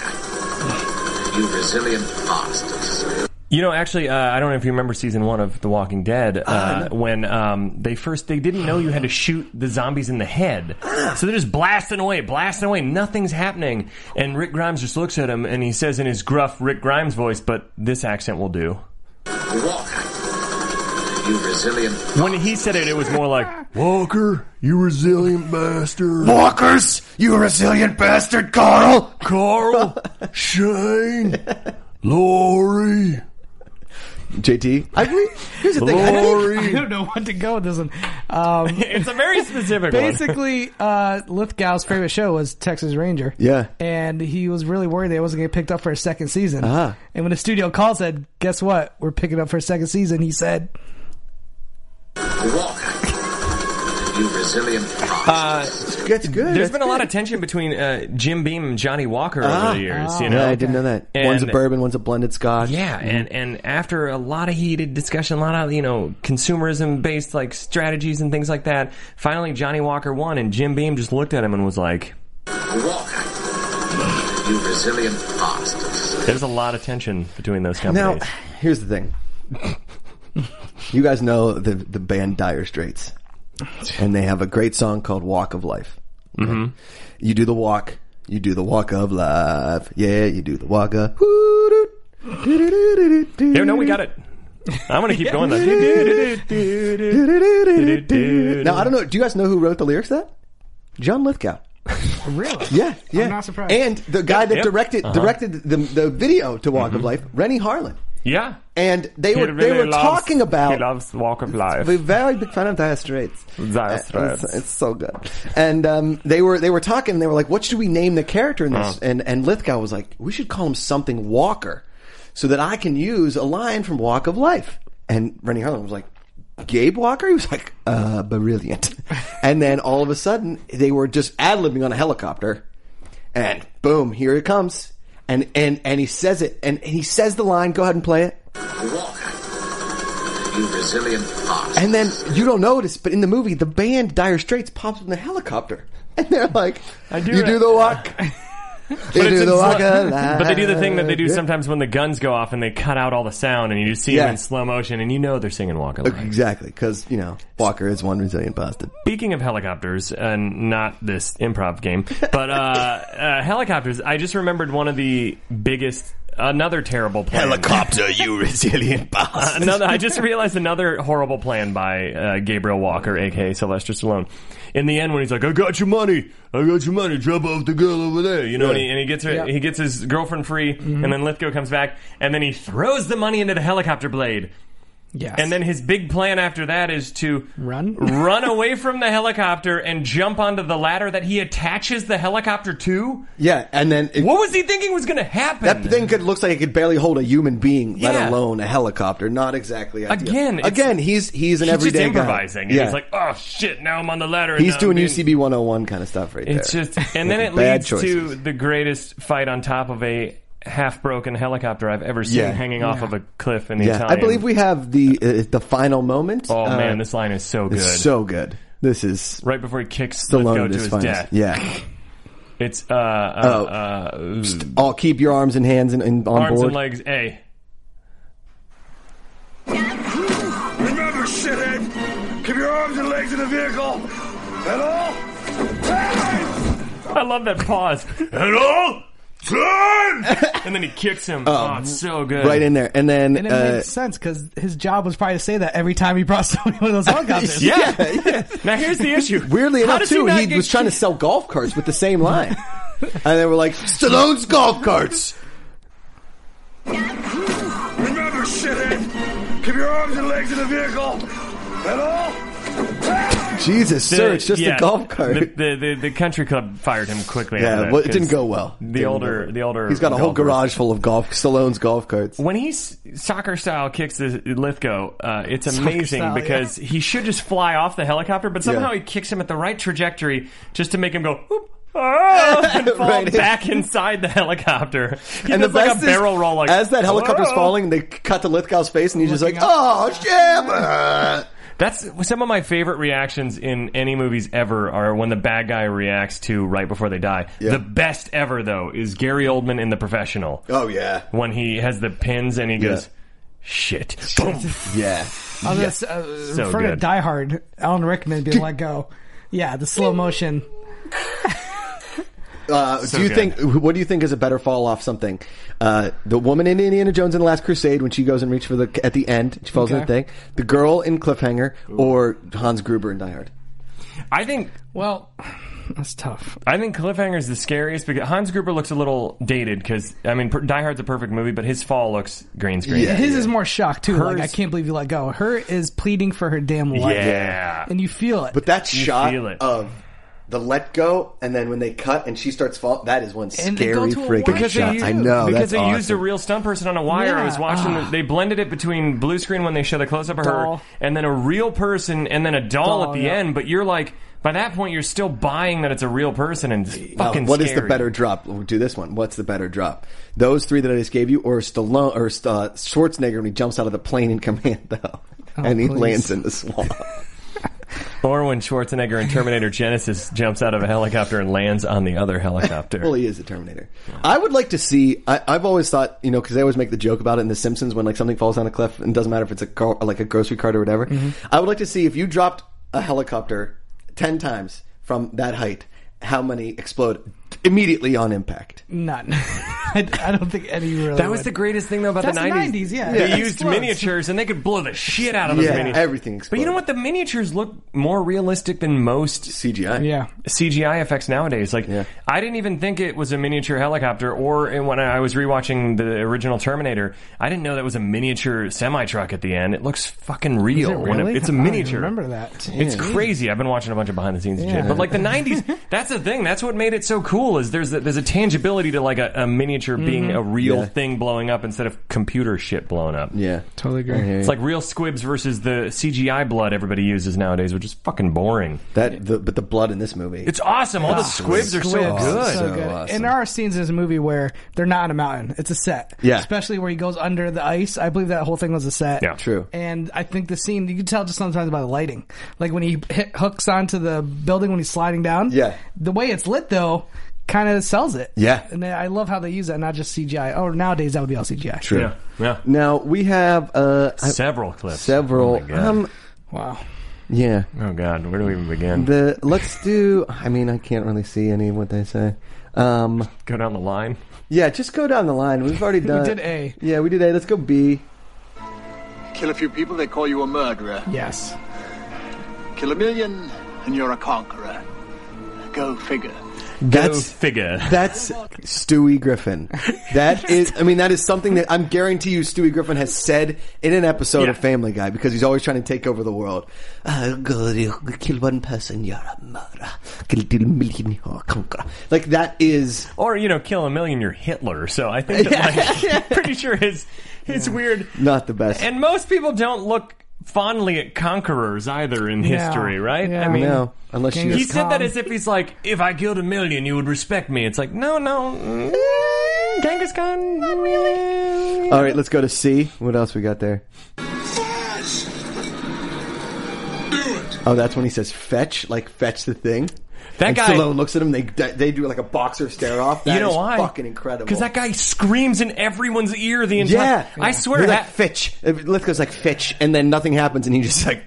Speaker 9: You resilient bastard.
Speaker 4: You know, actually, uh, I don't know if you remember season one of The Walking Dead uh, when um, they first they didn't know you had to shoot the zombies in the head, so they're just blasting away, blasting away. Nothing's happening, and Rick Grimes just looks at him and he says in his gruff Rick Grimes voice, "But this accent will do."
Speaker 9: Walk. You resilient.
Speaker 4: When he said it, it was more like,
Speaker 6: Walker, you resilient bastard.
Speaker 3: "Walkers, you resilient bastard, Carl."
Speaker 6: Carl, Shane, Lori,
Speaker 3: JT, I really, here's the thing. I think-
Speaker 5: I
Speaker 6: Lori.
Speaker 5: don't know what to go with this one. Um,
Speaker 4: "It's a very specific one."
Speaker 5: basically, uh, Lithgow's favorite show was Texas Ranger.
Speaker 3: Yeah.
Speaker 5: And he was really worried that it wasn't going to get picked up for a second season.
Speaker 3: Ah.
Speaker 5: And when the studio called, said, Guess what? We're picking up for a second season, he said,
Speaker 9: Walk. You resilient
Speaker 4: Uh.
Speaker 3: Uh,
Speaker 9: bastard.
Speaker 3: That's good.
Speaker 4: There's been a lot of tension between uh, Jim Beam and Johnny Walker over the years. you know,
Speaker 3: Ah. Oh. yeah, I didn't know that.
Speaker 4: And-
Speaker 3: one's a bourbon, one's a blended scotch.
Speaker 4: Yeah, and, and after a lot of heated discussion, a lot of you know consumerism based like strategies and things like that, finally Johnny Walker won, and Jim Beam just looked at him and was like,
Speaker 9: Walk. You resilient bastard.
Speaker 4: "There's a lot of tension between those
Speaker 3: Now,
Speaker 4: companies."
Speaker 3: here's the thing. you guys know the the band Dire Straits, and they have a great song called "Walk of Life." You do the walk, you do the walk of life. Yeah, you do the walk of.
Speaker 4: Here, no, we got it. I'm gonna keep going though. do, do,
Speaker 3: Now I don't know. Do you guys know who wrote the lyrics? to That John Lithgow.
Speaker 5: Really?
Speaker 3: Yeah, yeah.
Speaker 5: I'm not surprised.
Speaker 3: And the guy that
Speaker 4: yep.
Speaker 3: directed directed the the video to Walk of Life, Rennie Harlan.
Speaker 4: Yeah.
Speaker 3: And they were they were talking
Speaker 4: He
Speaker 3: about.
Speaker 4: loves Walk of Life.
Speaker 3: We're very big fan of Dire Straits. Uh,
Speaker 4: Dire Straits.
Speaker 3: It's, it's so good. And um, they were they were talking. and They were like, "What should we name the character in
Speaker 4: Uh.
Speaker 3: this?" And and Lithgow was like, "We should call him something Walker, so that I can use a line from Walk of Life." And Rennie Harlan was like, "Gabe Walker." He was like, "Uh, brilliant." and then all of a sudden, they were just ad libbing on a helicopter, and boom, here it comes. And and and he says it, and, and he says the line. Go ahead and play it.
Speaker 9: Walker, you resilient past.
Speaker 3: And then you don't notice, but in the movie, the band Dire Straits pops up in the helicopter, and they're like,
Speaker 4: do
Speaker 3: "You
Speaker 4: it.
Speaker 3: do the walk, you
Speaker 4: But it's
Speaker 3: do
Speaker 4: in
Speaker 3: the
Speaker 4: slow-
Speaker 3: walk."
Speaker 4: But they do the thing that they do sometimes when the guns go off and they cut out all the sound and you just see
Speaker 3: Yeah.
Speaker 4: them in slow motion and you know they're singing Walk of Life.
Speaker 3: exactly because you know Walker is one resilient bastard.
Speaker 4: Speaking of helicopters, and not this improv game, but uh, uh, helicopters, I just remembered one of the biggest, another terrible plan.
Speaker 3: Helicopter, you resilient bastard.
Speaker 4: another, I just realized another horrible plan by uh, Gabriel Walker, aka Sylvester Stallone. In the end, when he's like, "I got your money, I got your money, drop off the girl over there," you know, and, he, and he gets her, he gets his girlfriend free,
Speaker 3: Mm-hmm.
Speaker 4: and then Lithgow comes back, and then he throws the money into the helicopter blade.
Speaker 5: Yes.
Speaker 4: And then his big plan after that is to
Speaker 5: Run?
Speaker 4: run away from the helicopter and jump onto the ladder that he attaches the helicopter to.
Speaker 3: Yeah, and then it,
Speaker 4: What was he thinking was going to happen?
Speaker 3: that thing could looks like it could barely hold a human being, let
Speaker 4: Yeah.
Speaker 3: alone a helicopter. Not exactly ideal.
Speaker 4: Again, it's-
Speaker 3: again, he's he's an
Speaker 4: He's just
Speaker 3: everyday guy.
Speaker 4: improvising.
Speaker 3: Yeah.
Speaker 4: He's like, oh shit, now I'm on the ladder. and
Speaker 3: He's
Speaker 4: now
Speaker 3: doing
Speaker 4: I'm being-
Speaker 3: UCB 101 kind of stuff right
Speaker 4: It's
Speaker 3: there.
Speaker 4: just, and then it
Speaker 3: Bad
Speaker 4: leads to
Speaker 3: choices.
Speaker 4: the greatest fight on top of a half-broken helicopter I've ever seen,
Speaker 3: Yeah.
Speaker 4: hanging off of a cliff in the
Speaker 3: yeah, I
Speaker 4: Italian.
Speaker 3: believe we have the uh, the final moment.
Speaker 4: Oh
Speaker 3: Uh,
Speaker 4: man, this line is so good.
Speaker 3: It's so good. This is
Speaker 4: right before he kicks
Speaker 3: Stallone
Speaker 4: Lithgow
Speaker 3: at
Speaker 4: to
Speaker 3: his
Speaker 4: his
Speaker 3: finest.
Speaker 4: death.
Speaker 3: Yeah.
Speaker 4: It's uh, uh, uh
Speaker 3: All keep your arms and hands and, and on
Speaker 4: arms
Speaker 3: board.
Speaker 4: and legs. A.
Speaker 8: Remember, shithead, keep your arms and legs in the vehicle at all times.
Speaker 4: I love that pause. At all time. and then he kicks him. Oh, it's so good.
Speaker 3: right in there, and then
Speaker 5: And it
Speaker 3: uh,
Speaker 5: makes sense because his job was probably to say that every time he brought somebody one of those helicopters.
Speaker 4: Yeah. Now here's the issue.
Speaker 3: weirdly
Speaker 4: How
Speaker 3: enough,
Speaker 4: does he
Speaker 3: too,
Speaker 4: not
Speaker 3: he
Speaker 4: get
Speaker 3: was trying to sell golf carts with the same line, and they were like Stallone's golf carts.
Speaker 8: Remember, shithead, keep your arms and legs in the vehicle at all times.
Speaker 3: Jesus,
Speaker 4: The-
Speaker 3: sir, it's just
Speaker 4: yeah,
Speaker 3: a golf cart.
Speaker 4: The, the, the, the country club fired him quickly. after
Speaker 3: yeah,
Speaker 4: that
Speaker 3: well, it didn't
Speaker 4: 'cause
Speaker 3: go well. Didn't
Speaker 4: The
Speaker 3: go
Speaker 4: older,
Speaker 3: well.
Speaker 4: the older.
Speaker 3: he's got a whole
Speaker 4: golfers-
Speaker 3: garage full of golf Stallone's golf carts.
Speaker 4: When he s- soccer style kicks the Lithgow, uh, it's amazing
Speaker 5: style, yeah.
Speaker 4: because he should just fly off the helicopter, but somehow
Speaker 3: Yeah.
Speaker 4: he kicks him at the right trajectory just to make him go. Whoop, oh, and fall
Speaker 3: Right.
Speaker 4: back inside the helicopter. He
Speaker 3: And the
Speaker 4: does like
Speaker 3: best
Speaker 4: a barrel
Speaker 3: is,
Speaker 4: roll, like
Speaker 3: as that helicopter's
Speaker 4: "Whoa."
Speaker 3: falling, they cut to Lithgow's face, and he's just like,
Speaker 5: Looking
Speaker 3: "Oh, shit!"
Speaker 4: That's some of my favorite reactions in any movies ever are when the bad guy reacts to right before they die.
Speaker 3: Yeah.
Speaker 4: The best ever though is Gary Oldman in The Professional
Speaker 3: Oh yeah,
Speaker 4: when he has the pins and he goes, "Shit." Boom.
Speaker 3: yeah.
Speaker 5: I was gonna s- uh,
Speaker 4: So
Speaker 5: refer to
Speaker 4: good.
Speaker 5: Die Hard, Alan Rickman being let go. Yeah, the slow motion.
Speaker 3: Uh, do you
Speaker 4: good.
Speaker 3: think? What do you think is a better fall off? Something, uh, the woman in Indiana Jones and the Last Crusade when she goes and reach for the at the end, she falls in the
Speaker 5: Okay.
Speaker 3: thing. The girl in Cliffhanger or Hans Gruber in Die Hard.
Speaker 4: I think
Speaker 5: Well, that's tough.
Speaker 4: I think Cliffhanger is the scariest because Hans Gruber looks a little dated because I mean per- Die Hard's a perfect movie, but his fall looks green screen.
Speaker 3: Yeah.
Speaker 5: His is more shock too. like I
Speaker 4: Hers-
Speaker 5: can't believe you let go. Her is pleading for her damn life.
Speaker 4: Yeah.
Speaker 5: and you feel it.
Speaker 3: But that shot
Speaker 4: feel it.
Speaker 3: of the let go and then when they cut and she starts fall, that is one
Speaker 5: And they
Speaker 3: scary
Speaker 5: go to a
Speaker 3: freaking
Speaker 5: wide
Speaker 4: Because
Speaker 3: shot.
Speaker 4: they,
Speaker 3: I know
Speaker 4: because
Speaker 3: that's
Speaker 4: they
Speaker 3: awesome.
Speaker 4: used a real stunt person on a wire. I was
Speaker 5: Yeah.
Speaker 4: watching.
Speaker 3: Ah.
Speaker 4: the- they blended it between blue screen when they show the close up of her,
Speaker 5: Doll.
Speaker 4: and then a real person, and then a doll,
Speaker 5: Doll,
Speaker 4: at the
Speaker 5: yeah.
Speaker 4: end. But you're like, by that point, you're still buying that it's a real person, and it's
Speaker 3: Now,
Speaker 4: fucking.
Speaker 3: what is the
Speaker 4: scary.
Speaker 3: better drop? We'll do this one. What's the better drop? Those three that I just gave you, or Stallone or uh, Schwarzenegger when he jumps out of the plane in Commando and he
Speaker 5: Oh, please.
Speaker 3: lands in the swamp.
Speaker 4: Or when Schwarzenegger in Terminator Genesis jumps out of a helicopter and lands on the other helicopter.
Speaker 3: Well, he is a Terminator. I would like to see. I, I've always thought, you know, because they always make the joke about it in The Simpsons when like something falls down a cliff and it doesn't matter if it's a car, like a grocery cart or whatever.
Speaker 5: Mm-hmm.
Speaker 3: I would like to see if you dropped a helicopter ten times from that height, how many explode immediately on impact.
Speaker 5: None. I, I don't think any really.
Speaker 4: That was
Speaker 5: would.
Speaker 4: the greatest thing though about
Speaker 5: That's
Speaker 4: the
Speaker 5: the
Speaker 4: 90s.
Speaker 5: 90s, yeah.
Speaker 4: They
Speaker 5: Yeah.
Speaker 4: used
Speaker 5: Explodes.
Speaker 4: miniatures and they could blow the shit out of those
Speaker 3: Yeah,
Speaker 4: miniatures.
Speaker 3: everything
Speaker 4: But you know
Speaker 3: exploded.
Speaker 4: what? The miniatures look more realistic than most
Speaker 3: CGI.
Speaker 5: Yeah.
Speaker 4: CGI effects nowadays. Like,
Speaker 3: Yeah.
Speaker 4: I didn't even think it was a miniature helicopter, or and when I was rewatching the original Terminator, I didn't know that was a miniature semi truck at the end. It looks fucking real. when it-
Speaker 5: Really?
Speaker 4: it's a
Speaker 5: I don't
Speaker 4: miniature.
Speaker 5: remember that.
Speaker 4: It's crazy. I've been watching a bunch of behind the scenes and shit. But like the '90s, that's the thing. That's what made it so cool. Is there's a, there's a tangibility to like a, a miniature being a real
Speaker 3: Mm-hmm. Yeah.
Speaker 4: thing blowing up instead of computer shit blowing up.
Speaker 3: Yeah.
Speaker 5: Totally agree.
Speaker 4: It's like real squibs versus the CGI blood everybody uses nowadays, which is fucking boring.
Speaker 3: That the, but the blood in this movie.
Speaker 4: It's awesome.
Speaker 3: Ah,
Speaker 4: All the squibs, are so good.
Speaker 5: So good.
Speaker 3: awesome.
Speaker 5: And there are scenes in this movie where they're not on a mountain. It's a set.
Speaker 3: Yeah.
Speaker 5: Especially where he goes under the ice. I believe that whole thing was a set.
Speaker 4: Yeah.
Speaker 3: True.
Speaker 5: And I think the scene, you can tell just sometimes by the lighting. Like when he hit, hooks onto the building when he's sliding down.
Speaker 3: Yeah.
Speaker 5: The way it's lit, though, kind of sells it.
Speaker 3: Yeah.
Speaker 5: And I love how they use that, not just CGI. Oh, nowadays that would be all CGI.
Speaker 3: True.
Speaker 4: Yeah, yeah.
Speaker 3: Now we have uh I-
Speaker 4: Several clips.
Speaker 3: several.
Speaker 4: Oh my God.
Speaker 3: um,
Speaker 5: Wow.
Speaker 3: yeah.
Speaker 4: oh god, where do we even begin?
Speaker 3: The let's do. I mean, I can't really see any of what they say. Um,
Speaker 4: Go down the line.
Speaker 3: yeah, just go down the line. We've already done.
Speaker 5: did A.
Speaker 3: Yeah, we did A. Let's go B.
Speaker 7: Kill a few people, they call you a murderer.
Speaker 5: Yes.
Speaker 7: Kill a million, and you're a conqueror. Go figure.
Speaker 3: That's
Speaker 4: Go figure.
Speaker 3: That's Stewie Griffin. That is, I mean, that is something that I'm guarantee you Stewie Griffin has said in an episode
Speaker 4: Yeah.
Speaker 3: of Family Guy because he's always trying to take over the world. Uh, go, you kill one person, you're a murderer. Kill a million, you're a conqueror. Like that is,
Speaker 4: or you know, kill a million, you're Hitler. So I think that, like, pretty sure his his weird.
Speaker 3: Not the best.
Speaker 4: And most people don't look fondly at conquerors either in history, right?
Speaker 5: Yeah.
Speaker 4: I mean,
Speaker 3: no, unless you.
Speaker 5: Genghis
Speaker 4: he
Speaker 5: It's
Speaker 4: said that
Speaker 5: calm.
Speaker 4: as if he's like, if I killed a million, you would respect me. It's like, no, no, mm, Genghis Khan. Not really.
Speaker 3: All right, let's go to C. What else we got there?
Speaker 8: Fuzz! Do it!
Speaker 3: Oh, that's when he says fetch, like fetch the thing.
Speaker 4: That
Speaker 3: and
Speaker 4: guy-
Speaker 3: Stallone looks at him. They they do like a boxer stare off. That
Speaker 4: you know
Speaker 3: is
Speaker 4: why?
Speaker 3: Fucking incredible.
Speaker 4: Because that guy screams in everyone's ear the entire.
Speaker 3: Yeah,
Speaker 4: I swear
Speaker 3: They're
Speaker 4: that
Speaker 3: like Fitch. Lithgow's like Fitch, and then nothing happens, and he just like,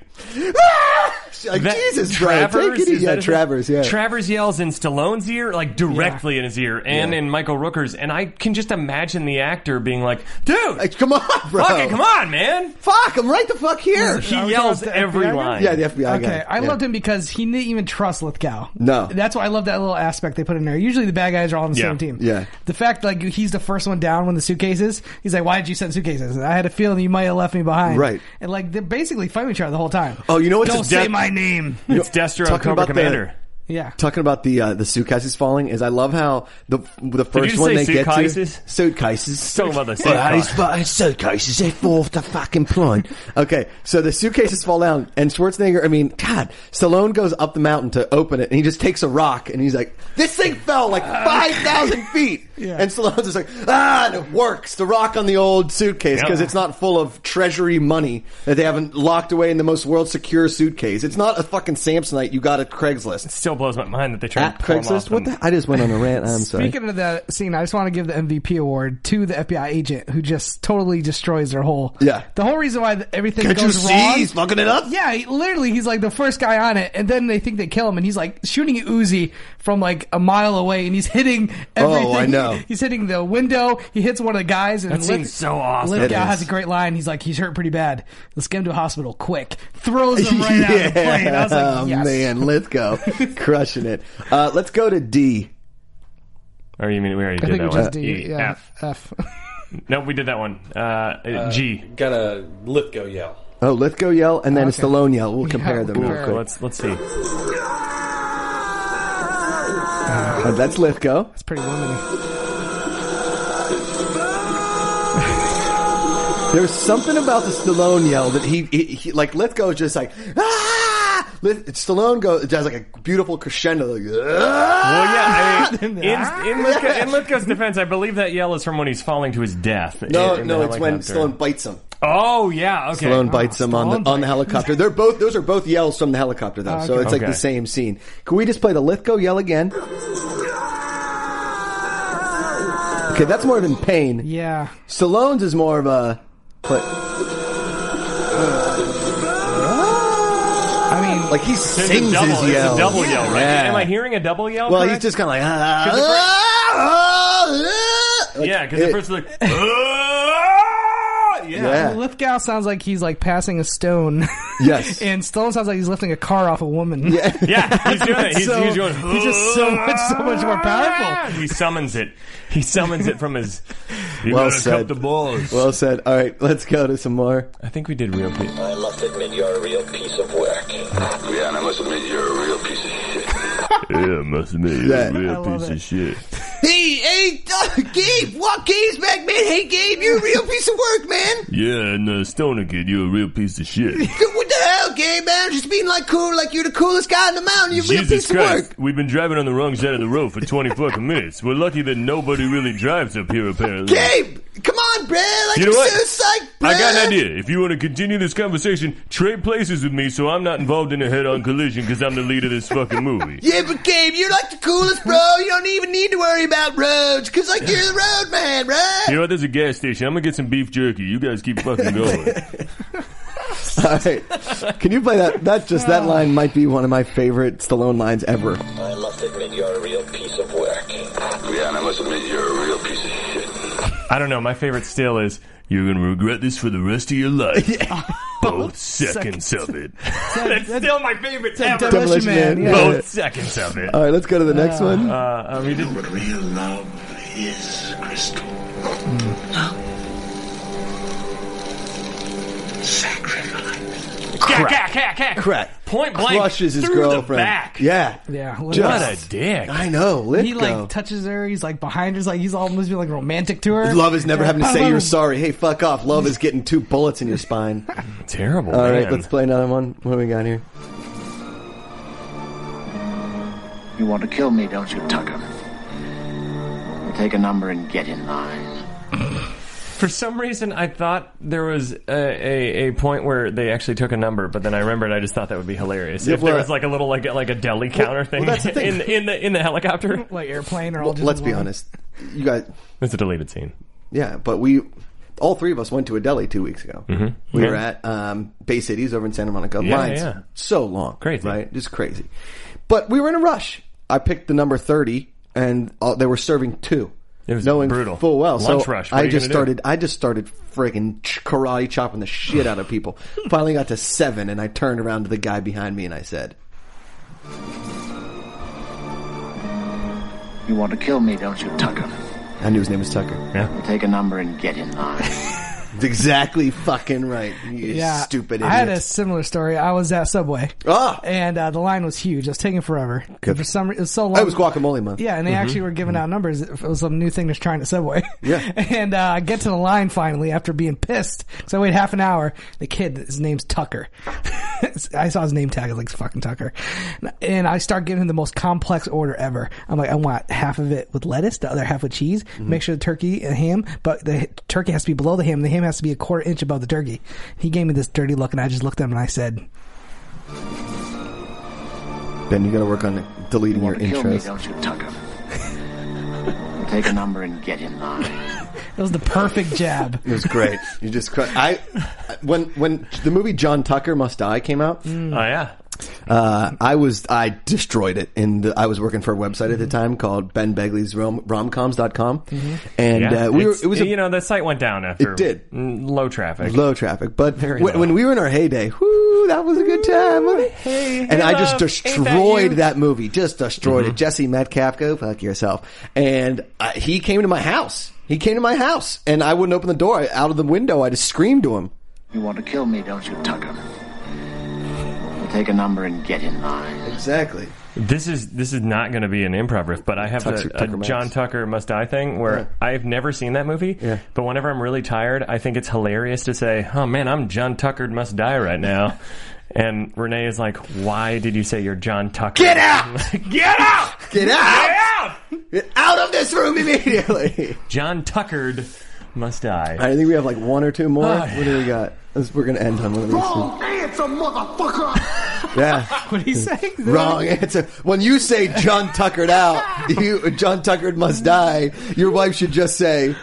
Speaker 3: "Ah!" like
Speaker 4: That-
Speaker 3: Jesus, Brad, take it
Speaker 4: is
Speaker 3: easy.
Speaker 4: that
Speaker 3: Yeah,
Speaker 4: his-
Speaker 3: Travers, yeah,
Speaker 4: Travers yells in Stallone's ear, like directly in his ear, and
Speaker 3: Yeah.
Speaker 4: in Michael Rooker's. And I can just imagine the actor being like, "Dude,
Speaker 3: Like, come on, bro,
Speaker 4: fucking come on, Oh, man!"
Speaker 3: fuck, I'm right the fuck here.
Speaker 4: He
Speaker 5: Are we
Speaker 4: yells
Speaker 5: talking about the
Speaker 4: every
Speaker 5: FBI guy?
Speaker 4: line.
Speaker 3: yeah, the FBI guy.
Speaker 5: Okay, I
Speaker 3: yeah.
Speaker 5: loved him because he didn't even trust Lithgow.
Speaker 3: No.
Speaker 5: that's why I love that little aspect they put in there. Usually the bad guys are all on the
Speaker 4: Yeah.
Speaker 5: same team.
Speaker 3: Yeah.
Speaker 5: the fact like he's the first one down when the suitcases. He's like, "Why did you send suitcases?" And I had a feeling you might have left me behind.
Speaker 3: Right.
Speaker 5: and like they're basically fighting each other the whole time.
Speaker 3: Oh, you know what's
Speaker 5: Don't
Speaker 3: a
Speaker 5: say
Speaker 3: death-
Speaker 5: my name.
Speaker 4: It's Destro and
Speaker 3: Talking
Speaker 4: Cobra
Speaker 3: about the-
Speaker 4: Commander.
Speaker 5: yeah,
Speaker 3: Talking about the uh, the suitcases falling is I love how the the first
Speaker 4: just
Speaker 3: one
Speaker 4: say
Speaker 3: they get to
Speaker 4: suitcases?
Speaker 3: suitcases
Speaker 4: Talking about the
Speaker 3: Yeah,
Speaker 4: suitcase.
Speaker 3: these fucking suitcases they fall off the fucking plane. Okay, so the suitcases fall down and Schwarzenegger. I mean, God, Stallone goes up the mountain to open it and he just takes a rock and he's like, "This thing fell like
Speaker 4: Uh.
Speaker 3: five thousand feet."
Speaker 5: Yeah.
Speaker 3: And Stallone's just like, "Ah, and it works." The rock on the old suitcase because
Speaker 4: Yeah.
Speaker 3: it's not full of treasury money that they haven't locked away in the most world secure suitcase. It's not a fucking Samsonite you got at Craigslist
Speaker 4: Still blows my mind that they try
Speaker 3: at
Speaker 4: to pull him off
Speaker 3: Craigslist. What
Speaker 4: them.
Speaker 3: the? I just went on a rant. I'm sorry.
Speaker 5: Speaking of that scene, I just want to give the MVP award to the FBI agent who just totally destroys their whole.
Speaker 3: Yeah.
Speaker 5: The whole reason why th- everything
Speaker 3: Can't you
Speaker 5: goes
Speaker 3: see?
Speaker 5: wrong.
Speaker 3: He's fucking it up.
Speaker 5: Yeah, he, literally, he's like the first guy on it, and then they think they kill him, and he's like shooting at Uzi from like a mile away, and he's hitting everything.
Speaker 3: Oh, I know.
Speaker 5: He's hitting the window. He hits one of the guys, and
Speaker 4: That scene's so awesome.
Speaker 5: Lithgow
Speaker 3: It is.
Speaker 5: has a great line. He's like, he's hurt pretty bad. Let's get him to a hospital quick. Throws him right out of the plane. I was like, yes.
Speaker 3: Oh, man, let's go, crushing it. Uh, let's go to D.
Speaker 4: Or Oh, you mean we already
Speaker 5: I
Speaker 4: did
Speaker 5: think we
Speaker 4: that
Speaker 5: just
Speaker 4: one?
Speaker 5: did.
Speaker 4: E,
Speaker 5: yeah,
Speaker 4: F.
Speaker 5: F.
Speaker 4: No, we did that one. Uh, uh, G.
Speaker 10: Got a Lithgow yell.
Speaker 3: Oh, Lithgow yell and then a Stallone yell. We'll compare them
Speaker 5: we'll
Speaker 3: real
Speaker 5: compare.
Speaker 3: quick.
Speaker 4: Let's let's see.
Speaker 3: Uh, that's Lithgow.
Speaker 5: It's pretty woman.
Speaker 3: There's something about the Stallone yell that he, he, he like Lithgow is just like ah. Lith- Stallone goes does like a beautiful crescendo. Like,
Speaker 4: Well,
Speaker 3: ah!
Speaker 4: yeah. I mean, in, in, Lithgow,
Speaker 3: Yeah.
Speaker 4: in Lithgow's defense, I believe that yell is from when he's falling to his death.
Speaker 3: No,
Speaker 4: in- in
Speaker 3: no,
Speaker 4: the
Speaker 3: it's when
Speaker 4: helicopter.
Speaker 3: Stallone bites him.
Speaker 4: Oh yeah, okay.
Speaker 3: Stallone bites him on
Speaker 5: Stallone
Speaker 3: the on
Speaker 5: bite.
Speaker 3: the helicopter. They're both those are both yells from the helicopter though, so
Speaker 5: okay.
Speaker 3: it's like
Speaker 4: Okay.
Speaker 3: the same scene. Can we just play the Lithgow yell again? Okay, that's more of in pain.
Speaker 5: Yeah.
Speaker 3: Stallone's is more of a. But
Speaker 5: I mean,
Speaker 3: Like he
Speaker 4: There's
Speaker 3: sings
Speaker 4: a double,
Speaker 3: his
Speaker 4: it's
Speaker 3: yell.
Speaker 4: a double yell, right?
Speaker 3: Yeah.
Speaker 4: Am I hearing a double yell?
Speaker 3: Well, he's
Speaker 4: correct?
Speaker 3: just kind of like,
Speaker 4: Cause the
Speaker 3: ah, ah, ah, like,
Speaker 4: yeah, because the
Speaker 3: it-
Speaker 4: first like, "Ah!" yeah.
Speaker 3: Yeah.
Speaker 5: Well, Lithgow sounds like he's like passing a stone.
Speaker 3: Yes.
Speaker 5: and Stone sounds like he's lifting a car off a woman. Yeah.
Speaker 4: Yeah, he's doing it. Ah! He's,
Speaker 5: So,
Speaker 4: he's going.
Speaker 5: he's just so much, so much more powerful.
Speaker 4: He summons it. He summons it from his. You
Speaker 3: Well
Speaker 4: gotta
Speaker 3: said.
Speaker 4: Cut the balls.
Speaker 3: Well said. All right, let's go to some more.
Speaker 4: I think we did real people.
Speaker 9: I must admit you're a real piece of work.
Speaker 8: Yeah, and I must admit you're a real piece of shit.
Speaker 6: Yeah, must admit, you're a
Speaker 3: Yeah.
Speaker 5: I
Speaker 6: real
Speaker 5: love
Speaker 6: piece
Speaker 5: it.
Speaker 6: of shit.
Speaker 3: Hey, hey, uh, Gabe, what Gabe's back, man? Hey, Gabe, you're a real piece of work, man.
Speaker 6: Yeah, and uh, Stoner Kid, you're a real piece of shit.
Speaker 3: What the hell, Gabe, man? Just being like cool, like you're the coolest guy in the mountain. You're a real
Speaker 6: Jesus
Speaker 3: piece of
Speaker 6: Christ,
Speaker 3: work.
Speaker 6: we've been driving on the wrong side of the road for 20 fucking minutes. We're lucky that nobody really drives up here, apparently.
Speaker 3: Gabe, come on, bruh. Like,
Speaker 6: You know
Speaker 3: I'm
Speaker 6: what?
Speaker 3: so psyched, bruh.
Speaker 6: I got an idea. If you want to continue this conversation, trade places with me so I'm not involved in a head-on collision because I'm the lead of this fucking movie.
Speaker 3: Yeah, but Gabe, you're like the coolest, bro. You don't even need to worry about roads, cause like you're the road man, right?
Speaker 6: You know what? There's a gas station. I'm gonna get some beef jerky. You guys keep fucking going.
Speaker 3: All right. Can you play that? That just that line might be one of my favorite Stallone lines ever.
Speaker 9: I must admit you're a real piece of work.
Speaker 8: Yeah, and I must admit you're a real piece of shit.
Speaker 4: I don't know. My favorite still is.
Speaker 6: You're gonna regret this for the rest of your life. Both seconds of it.
Speaker 4: That's still my favorite ever.
Speaker 5: Demolition
Speaker 3: Man,
Speaker 5: Man. yeah.
Speaker 3: yeah.
Speaker 4: Both seconds of it.
Speaker 3: All right, let's go to the next one.
Speaker 4: Uh, we did.
Speaker 8: What real love is, Crystal. Sacrifice.
Speaker 4: Crack, crack, crack, crack.
Speaker 3: Crack.
Speaker 4: Point blank.
Speaker 3: Crushes his
Speaker 4: through
Speaker 3: girlfriend.
Speaker 4: The back.
Speaker 3: Yeah,
Speaker 5: Yeah. What
Speaker 3: Just-
Speaker 4: What a dick.
Speaker 3: I know. Let
Speaker 5: he like touches her. He's like behind her. He's like he's almost being like romantic to her.
Speaker 3: Love is never having to
Speaker 5: I
Speaker 3: say
Speaker 5: love
Speaker 3: you're
Speaker 5: him.
Speaker 3: sorry. Hey, fuck off. Love is getting two bullets in your spine.
Speaker 4: Terrible.
Speaker 3: All
Speaker 4: man.
Speaker 3: right, let's play another one. What do we got here?
Speaker 7: You want to kill me, don't you, Tucker? Well, Take a number and get in line.
Speaker 4: For some reason, I thought there was a, a, a point where they actually took a number, but then I remembered. I just thought that would be hilarious
Speaker 3: Yeah,
Speaker 4: if there
Speaker 3: well-
Speaker 4: was like a little like a, like a deli counter thing,
Speaker 3: that's the thing.
Speaker 4: in the- in the in the helicopter.
Speaker 5: like airplane or all.
Speaker 3: Well,
Speaker 5: just
Speaker 3: let's be
Speaker 5: one.
Speaker 3: honest. You guys,
Speaker 4: It's a deleted scene.
Speaker 3: yeah, but we, all three of us went to a deli two weeks ago. We were at um, Bay Cities over in Santa Monica.
Speaker 4: Mm-hmm. Yeah,
Speaker 3: Lines
Speaker 4: yeah.
Speaker 3: so long,
Speaker 4: Crazy.
Speaker 3: right? Just crazy. But we were in a rush. I picked the number thirty, and uh, they were serving two.
Speaker 4: It was
Speaker 3: knowing
Speaker 4: brutal.
Speaker 3: full well.
Speaker 4: Lunch
Speaker 3: so
Speaker 4: rush. What are
Speaker 3: I
Speaker 4: you
Speaker 3: just
Speaker 4: gonna do?
Speaker 3: started. I just started friggin' ch- karate chopping the shit out of people. Finally got to seven, and I turned around to the guy behind me and I said,
Speaker 7: You want to kill me, don't you, Tucker?
Speaker 3: "I knew his name was Tucker."
Speaker 7: Well, Take a number and get in line.
Speaker 3: It's exactly fucking right. You
Speaker 5: Yeah,
Speaker 3: stupid
Speaker 5: I had a
Speaker 3: idiots.
Speaker 5: similar story. I was at Subway,
Speaker 3: Ah,
Speaker 5: and uh, the line was huge. It was taking forever.
Speaker 3: Good.
Speaker 5: For some, re- it was so long.
Speaker 3: that was guacamole month.
Speaker 5: Yeah, and
Speaker 4: Mm-hmm.
Speaker 5: they actually were giving out numbers. It was some new thing that's trying at Subway.
Speaker 3: Yeah.
Speaker 5: and uh, I get to the line finally after being pissed. So I wait half an hour. The kid, his name's Tucker. I saw his name tag. I was like, fucking Tucker. And I start giving him the most complex order ever. I'm like, I want half of it with lettuce, the other half with cheese.
Speaker 4: Mm-hmm.
Speaker 5: Make sure the turkey and ham, but the turkey has to be below the ham. The ham has to be a quarter inch above the turkey. He gave me this dirty look, and I just looked at him and I said,
Speaker 3: Ben, you got to work on deleting your
Speaker 7: want to kill me,
Speaker 3: intros.
Speaker 7: don't you, Tucker? Well, Take a number and get in line.
Speaker 5: it was the perfect jab.
Speaker 3: It was great. You just cr- I when when the movie John Tucker Must Die came out,
Speaker 7: Mm.
Speaker 4: Oh yeah.
Speaker 3: uh, I was I destroyed it. In the, I was working for a website
Speaker 7: Mm-hmm.
Speaker 3: at the time called Ben Begley's Rom romcoms.com. and
Speaker 4: Yeah,
Speaker 3: uh, we were,
Speaker 4: It's-
Speaker 3: it was a
Speaker 4: you know the site went down after
Speaker 3: It did.
Speaker 4: mm, low traffic.
Speaker 3: low traffic, but
Speaker 4: Very
Speaker 3: when,
Speaker 4: low.
Speaker 3: when we were in our heyday, whoo, that was a good time. wasn't it?
Speaker 4: hey,
Speaker 3: and
Speaker 4: hey,
Speaker 3: I just
Speaker 4: love, ain't that
Speaker 3: destroyed
Speaker 4: you?
Speaker 3: that, movie, just destroyed it. Jesse Metcalf, go fuck yourself. And uh, he came to my house. He came to my house, and I wouldn't open the door. I, out of the window, I just screamed to him.
Speaker 7: You want to kill me, don't you, Tucker? Well, Take a number and get in line.
Speaker 3: Exactly.
Speaker 4: This is this is not going to be an improv riff, but I have
Speaker 3: Tucker-
Speaker 4: a,
Speaker 3: Tucker
Speaker 4: a
Speaker 3: Max.
Speaker 4: John Tucker Must Die thing where I've never seen that movie.
Speaker 3: Yeah.
Speaker 4: But whenever I'm really tired, I think it's hilarious to say, "Oh man, I'm John Tucker Must Die right now." And Renee is like, "Why did you say you're John Tucker?"
Speaker 3: Get out!
Speaker 4: Get out!
Speaker 3: Get out!
Speaker 4: Get out!
Speaker 3: Get out of this room immediately.
Speaker 4: John Tuckered Must Die.
Speaker 3: I think we have like one or two more.
Speaker 4: Oh,
Speaker 3: what do we got? Let's- we're gonna end on one of these. two.
Speaker 8: Wrong answer, motherfucker!
Speaker 3: Yeah.
Speaker 5: What did he say?
Speaker 3: Wrong answer. When you say John Tuckered out, you John Tuckered must die. Your wife should just say,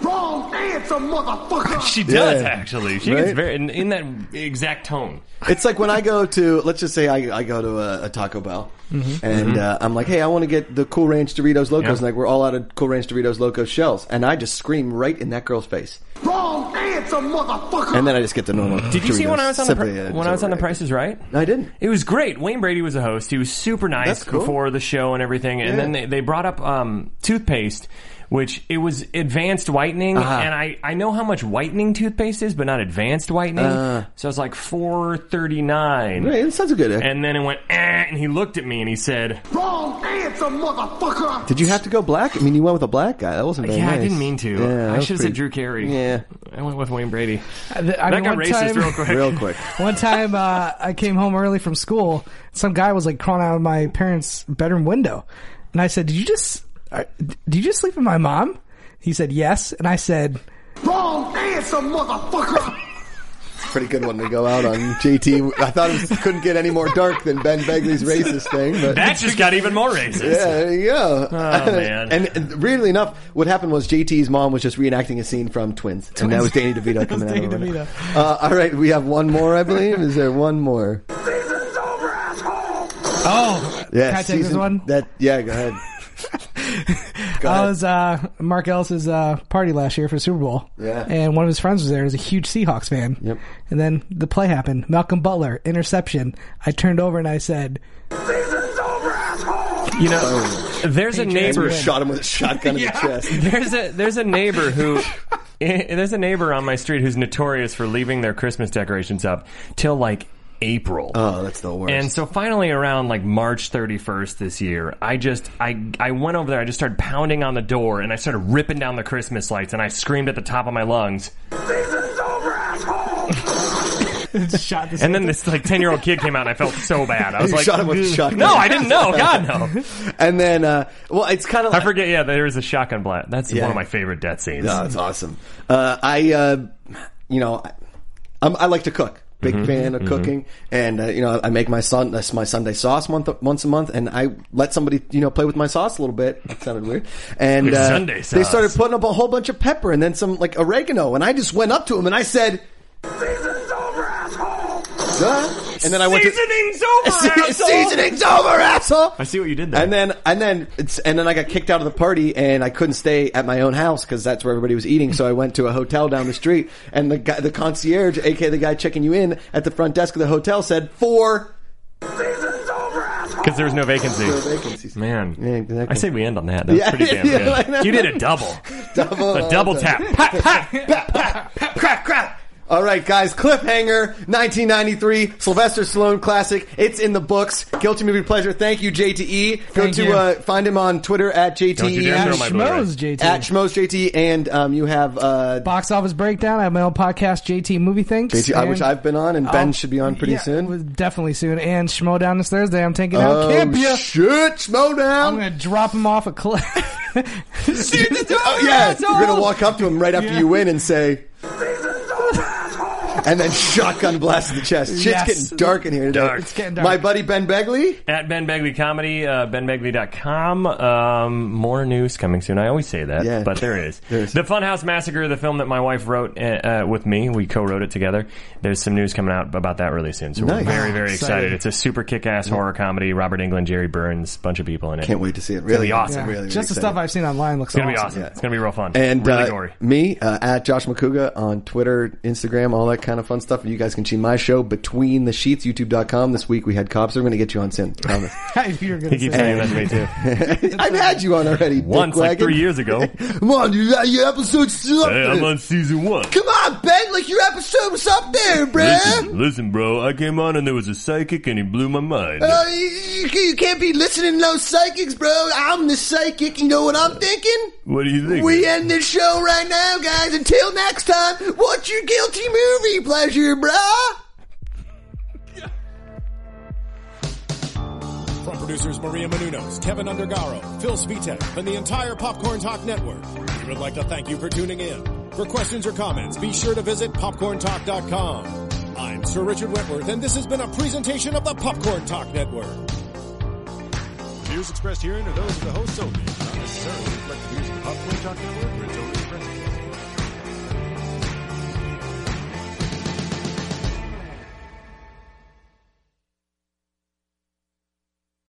Speaker 8: Wrong answer, That's a motherfucker.
Speaker 4: She does
Speaker 3: Yeah.
Speaker 4: actually. She
Speaker 3: Right?
Speaker 4: gets very in, in that exact tone.
Speaker 3: It's like when I go to, let's just say I, I go to a, a Taco Bell, and Uh, I'm like, hey, I want to get the Cool Ranch Doritos Locos,
Speaker 4: Mm-hmm. Yeah.
Speaker 3: and like we're all out of Cool Ranch Doritos Locos shells, and I just scream right in that girl's face,
Speaker 8: Wrong answer, motherfucker.
Speaker 3: and then I just get the normal.
Speaker 4: Did you see when I was on the
Speaker 3: Simply,
Speaker 4: pri-
Speaker 3: uh,
Speaker 4: when I was on the
Speaker 3: overrated.
Speaker 4: Price is Right?
Speaker 3: No, I didn't.
Speaker 4: It was great. Wayne Brady was a host. He was super nice
Speaker 3: That's cool.
Speaker 4: before the show and everything. And then they, they brought up um, toothpaste, which it was advanced whitening.
Speaker 3: Uh-huh.
Speaker 4: And I, I know how much whitening toothpaste is, but not advanced whitening.
Speaker 3: Uh.
Speaker 4: so it's like four thirty nine.
Speaker 3: Right, that sounds good.
Speaker 4: And then it went, eh, and he looked at me and he said,
Speaker 8: Wrong answer, motherfucker.
Speaker 3: Did you have to go black? I mean, you went with a black guy. That wasn't very
Speaker 4: "Yeah, I
Speaker 3: nice.
Speaker 4: didn't mean to.
Speaker 3: Yeah, that
Speaker 4: I
Speaker 3: was
Speaker 4: should have
Speaker 3: pretty-
Speaker 4: said Drew Carey.
Speaker 3: Yeah,
Speaker 4: I went with Wayne Brady.
Speaker 5: I I
Speaker 4: that
Speaker 5: mean,
Speaker 4: got
Speaker 5: one
Speaker 4: racist
Speaker 5: time-
Speaker 4: real quick.
Speaker 3: real quick.
Speaker 5: One time, uh, I came home early from school. Some guy was like crawling out of my parents' bedroom window, and I said, "Did you just? Are, did you just sleep with my mom?" He said, "Yes," and I said,
Speaker 8: Wrong answer, motherfucker.
Speaker 3: Pretty good one to go out on. JT, I thought it was- couldn't get any more dark than Ben Begley's racist thing, but
Speaker 4: That just got even more racist.
Speaker 3: Yeah, there you go.
Speaker 4: Oh, man.
Speaker 3: And, and weirdly enough, what happened was JT's mom was just reenacting a scene from Twins, and that was Danny DeVito coming out.
Speaker 5: Danny
Speaker 3: of the window.
Speaker 5: DeVito.
Speaker 3: Uh, all right, we have one more, I believe. Is there one more?
Speaker 8: Season's over, asshole.
Speaker 5: "Oh,
Speaker 3: Yeah,
Speaker 5: Can I take this one?
Speaker 3: That yeah, go ahead. go
Speaker 5: I
Speaker 3: ahead.
Speaker 5: was uh, Mark Ellis's uh, party last year for the Super Bowl,
Speaker 3: Yeah.
Speaker 5: and one of his friends was there. He was a huge Seahawks fan.
Speaker 3: Yep.
Speaker 5: And then the play happened. Malcolm Butler interception. I turned over and I said,
Speaker 8: Season's over, asshole.
Speaker 4: You know,
Speaker 3: Oh.
Speaker 4: there's a
Speaker 5: Patriots
Speaker 4: neighbor.
Speaker 5: win.
Speaker 3: shot him with a shotgun in the chest.
Speaker 4: there's a there's a neighbor who eh, there's a neighbor on my street who's notorious for leaving their Christmas decorations up till like April.
Speaker 3: Oh, that's the worst.
Speaker 4: and so finally around like March 31st this year, I just I I went over there, I just started pounding on the door and I started ripping down the Christmas lights and I screamed at the top of my lungs.
Speaker 8: Season's over, asshole.
Speaker 5: "Shot this."
Speaker 4: And then this like 10-year-old kid came out and I felt so bad. I was
Speaker 3: You
Speaker 4: like
Speaker 3: shot him with a shotgun.
Speaker 4: No, I didn't know. God no.
Speaker 3: and then, uh, well, it's kind of
Speaker 4: I
Speaker 3: like,
Speaker 4: forget yeah, there was a shotgun blast. That's one of my favorite death scenes.
Speaker 3: No, it's awesome. Uh, I, uh, you know, I, I'm, I like to cook. Big
Speaker 4: Mm-hmm.
Speaker 3: fan of cooking, and uh, you know, I make my son that's my Sunday sauce month, once a month, and I let somebody you know play with my sauce a little bit. It sounded weird. And
Speaker 4: Your
Speaker 3: uh,
Speaker 4: Sunday
Speaker 3: they
Speaker 4: sauce.
Speaker 3: started putting up a whole bunch of pepper and then some like oregano, and I just went up to him and I said,
Speaker 8: Season's over, asshole.
Speaker 3: "Huh?" and then I went
Speaker 4: Seasoning's
Speaker 3: to
Speaker 4: over. asshole!
Speaker 3: seasoning's over, asshole.
Speaker 4: I see what you did there.
Speaker 3: And then and then it's, and then I got kicked out of the party, and I couldn't stay at my own house because that's where everybody was eating. So I went to a hotel down the street, and the guy, the concierge, aka the guy checking you in at the front desk of the hotel, said four
Speaker 8: Season's over, asshole.
Speaker 4: Because there was no vacancy.
Speaker 3: vacancies.
Speaker 4: Man.
Speaker 3: Yeah, exactly.
Speaker 4: I say we end on that. That was
Speaker 3: Yeah,
Speaker 4: pretty damn
Speaker 3: yeah,
Speaker 4: good.
Speaker 3: I know. Oh,
Speaker 4: you did a double.
Speaker 3: Double-
Speaker 4: a double tap. Pa, pa, pa, pa, pa, crap, crap.
Speaker 3: All right, guys. Cliffhanger, 1993, Sylvester Stallone classic. It's in the books. Guilty movie pleasure. Thank you, JTE. Go
Speaker 5: Thank
Speaker 3: to
Speaker 5: you.
Speaker 3: Uh, find him on Twitter at JTE.
Speaker 4: Don't you dare
Speaker 5: At
Speaker 4: throw my Blu-ray.
Speaker 5: Schmoes, JT.
Speaker 3: at Schmoes JT, and um, you have uh,
Speaker 5: Box office breakdown. I have my own podcast, JT Movie Thinks.
Speaker 3: JT, I- which
Speaker 5: and-
Speaker 3: I've been on, and Ben
Speaker 5: I'll-
Speaker 3: should be on pretty
Speaker 5: Oh, yeah,
Speaker 3: soon. Oh,
Speaker 5: with- Definitely soon. And Schmo down this Thursday. I'm taking out Campia.
Speaker 3: shit, slow
Speaker 5: I'm
Speaker 3: down.
Speaker 5: gonna drop him off a cliff.
Speaker 3: Oh, yeah, you're gonna walk up to him right after you win and say,
Speaker 8: Season's over, asshole.
Speaker 3: and then shotgun blast to the chest. Shit's
Speaker 5: Yes.
Speaker 3: getting dark in here. today.
Speaker 4: Dark.
Speaker 5: It's getting dark.
Speaker 3: My buddy Ben Begley.
Speaker 4: At Ben Begley Comedy, uh, benbegley.com. Um, more news coming soon. I always say that,
Speaker 3: Yeah.
Speaker 4: but there is.
Speaker 3: There is.
Speaker 4: The Funhouse Massacre, the film that my wife wrote uh, uh, with me. We co-wrote it together. There's some news coming out about that really soon, so
Speaker 3: Nice.
Speaker 4: we're very, very
Speaker 5: Excited.
Speaker 4: excited. It's a super kick-ass horror comedy. Robert Englund, Jerry Burns, bunch of people in it.
Speaker 3: Can't wait to see it. Really
Speaker 4: be awesome.
Speaker 3: Really, really
Speaker 5: Just the
Speaker 3: excited.
Speaker 5: stuff I've seen online looks
Speaker 4: It's gonna
Speaker 5: awesome.
Speaker 4: be awesome.
Speaker 3: Yeah.
Speaker 4: It's gonna be real fun.
Speaker 3: And
Speaker 4: really
Speaker 3: uh,
Speaker 4: gory.
Speaker 3: me uh, at Josh McCouga on Twitter, Instagram, all that kind of fun stuff. And you guys can see my show between the sheets, YouTube.com. This week we had cops. We're going to get you on soon. Promise.
Speaker 5: You're gonna
Speaker 4: He keeps
Speaker 5: say
Speaker 4: saying that
Speaker 5: that.
Speaker 4: to me too.
Speaker 3: I've had you on already.
Speaker 4: Once, like
Speaker 3: dickwagon.
Speaker 4: three years ago.
Speaker 3: Come on, you got your episode.
Speaker 6: Hey, I'm on season one.
Speaker 3: Come on, Ben. Like your episode was up there, bruh.
Speaker 6: Listen, listen, bro, I came on and there was a psychic and he blew my mind.
Speaker 3: Uh, you, you can't be listening to those psychics, bro. I'm the psychic. You know what I'm thinking?
Speaker 6: What do you think?
Speaker 3: We end this show right now, guys. Until next time, what's your guilty movie pleasure, bruh?
Speaker 1: From producers Maria Menunos, Kevin Undergaro, Phil Svitek, and the entire Popcorn Talk Network, we would like to thank you for tuning in. For questions or comments, be sure to visit popcorntalk.com. I'm Sir Richard Wentworth, and this has been a presentation of the Popcorn Talk Network. Views expressed herein are those of the hosts only, not necessarily reflect the views of the Popcorn Talk Network or its owners.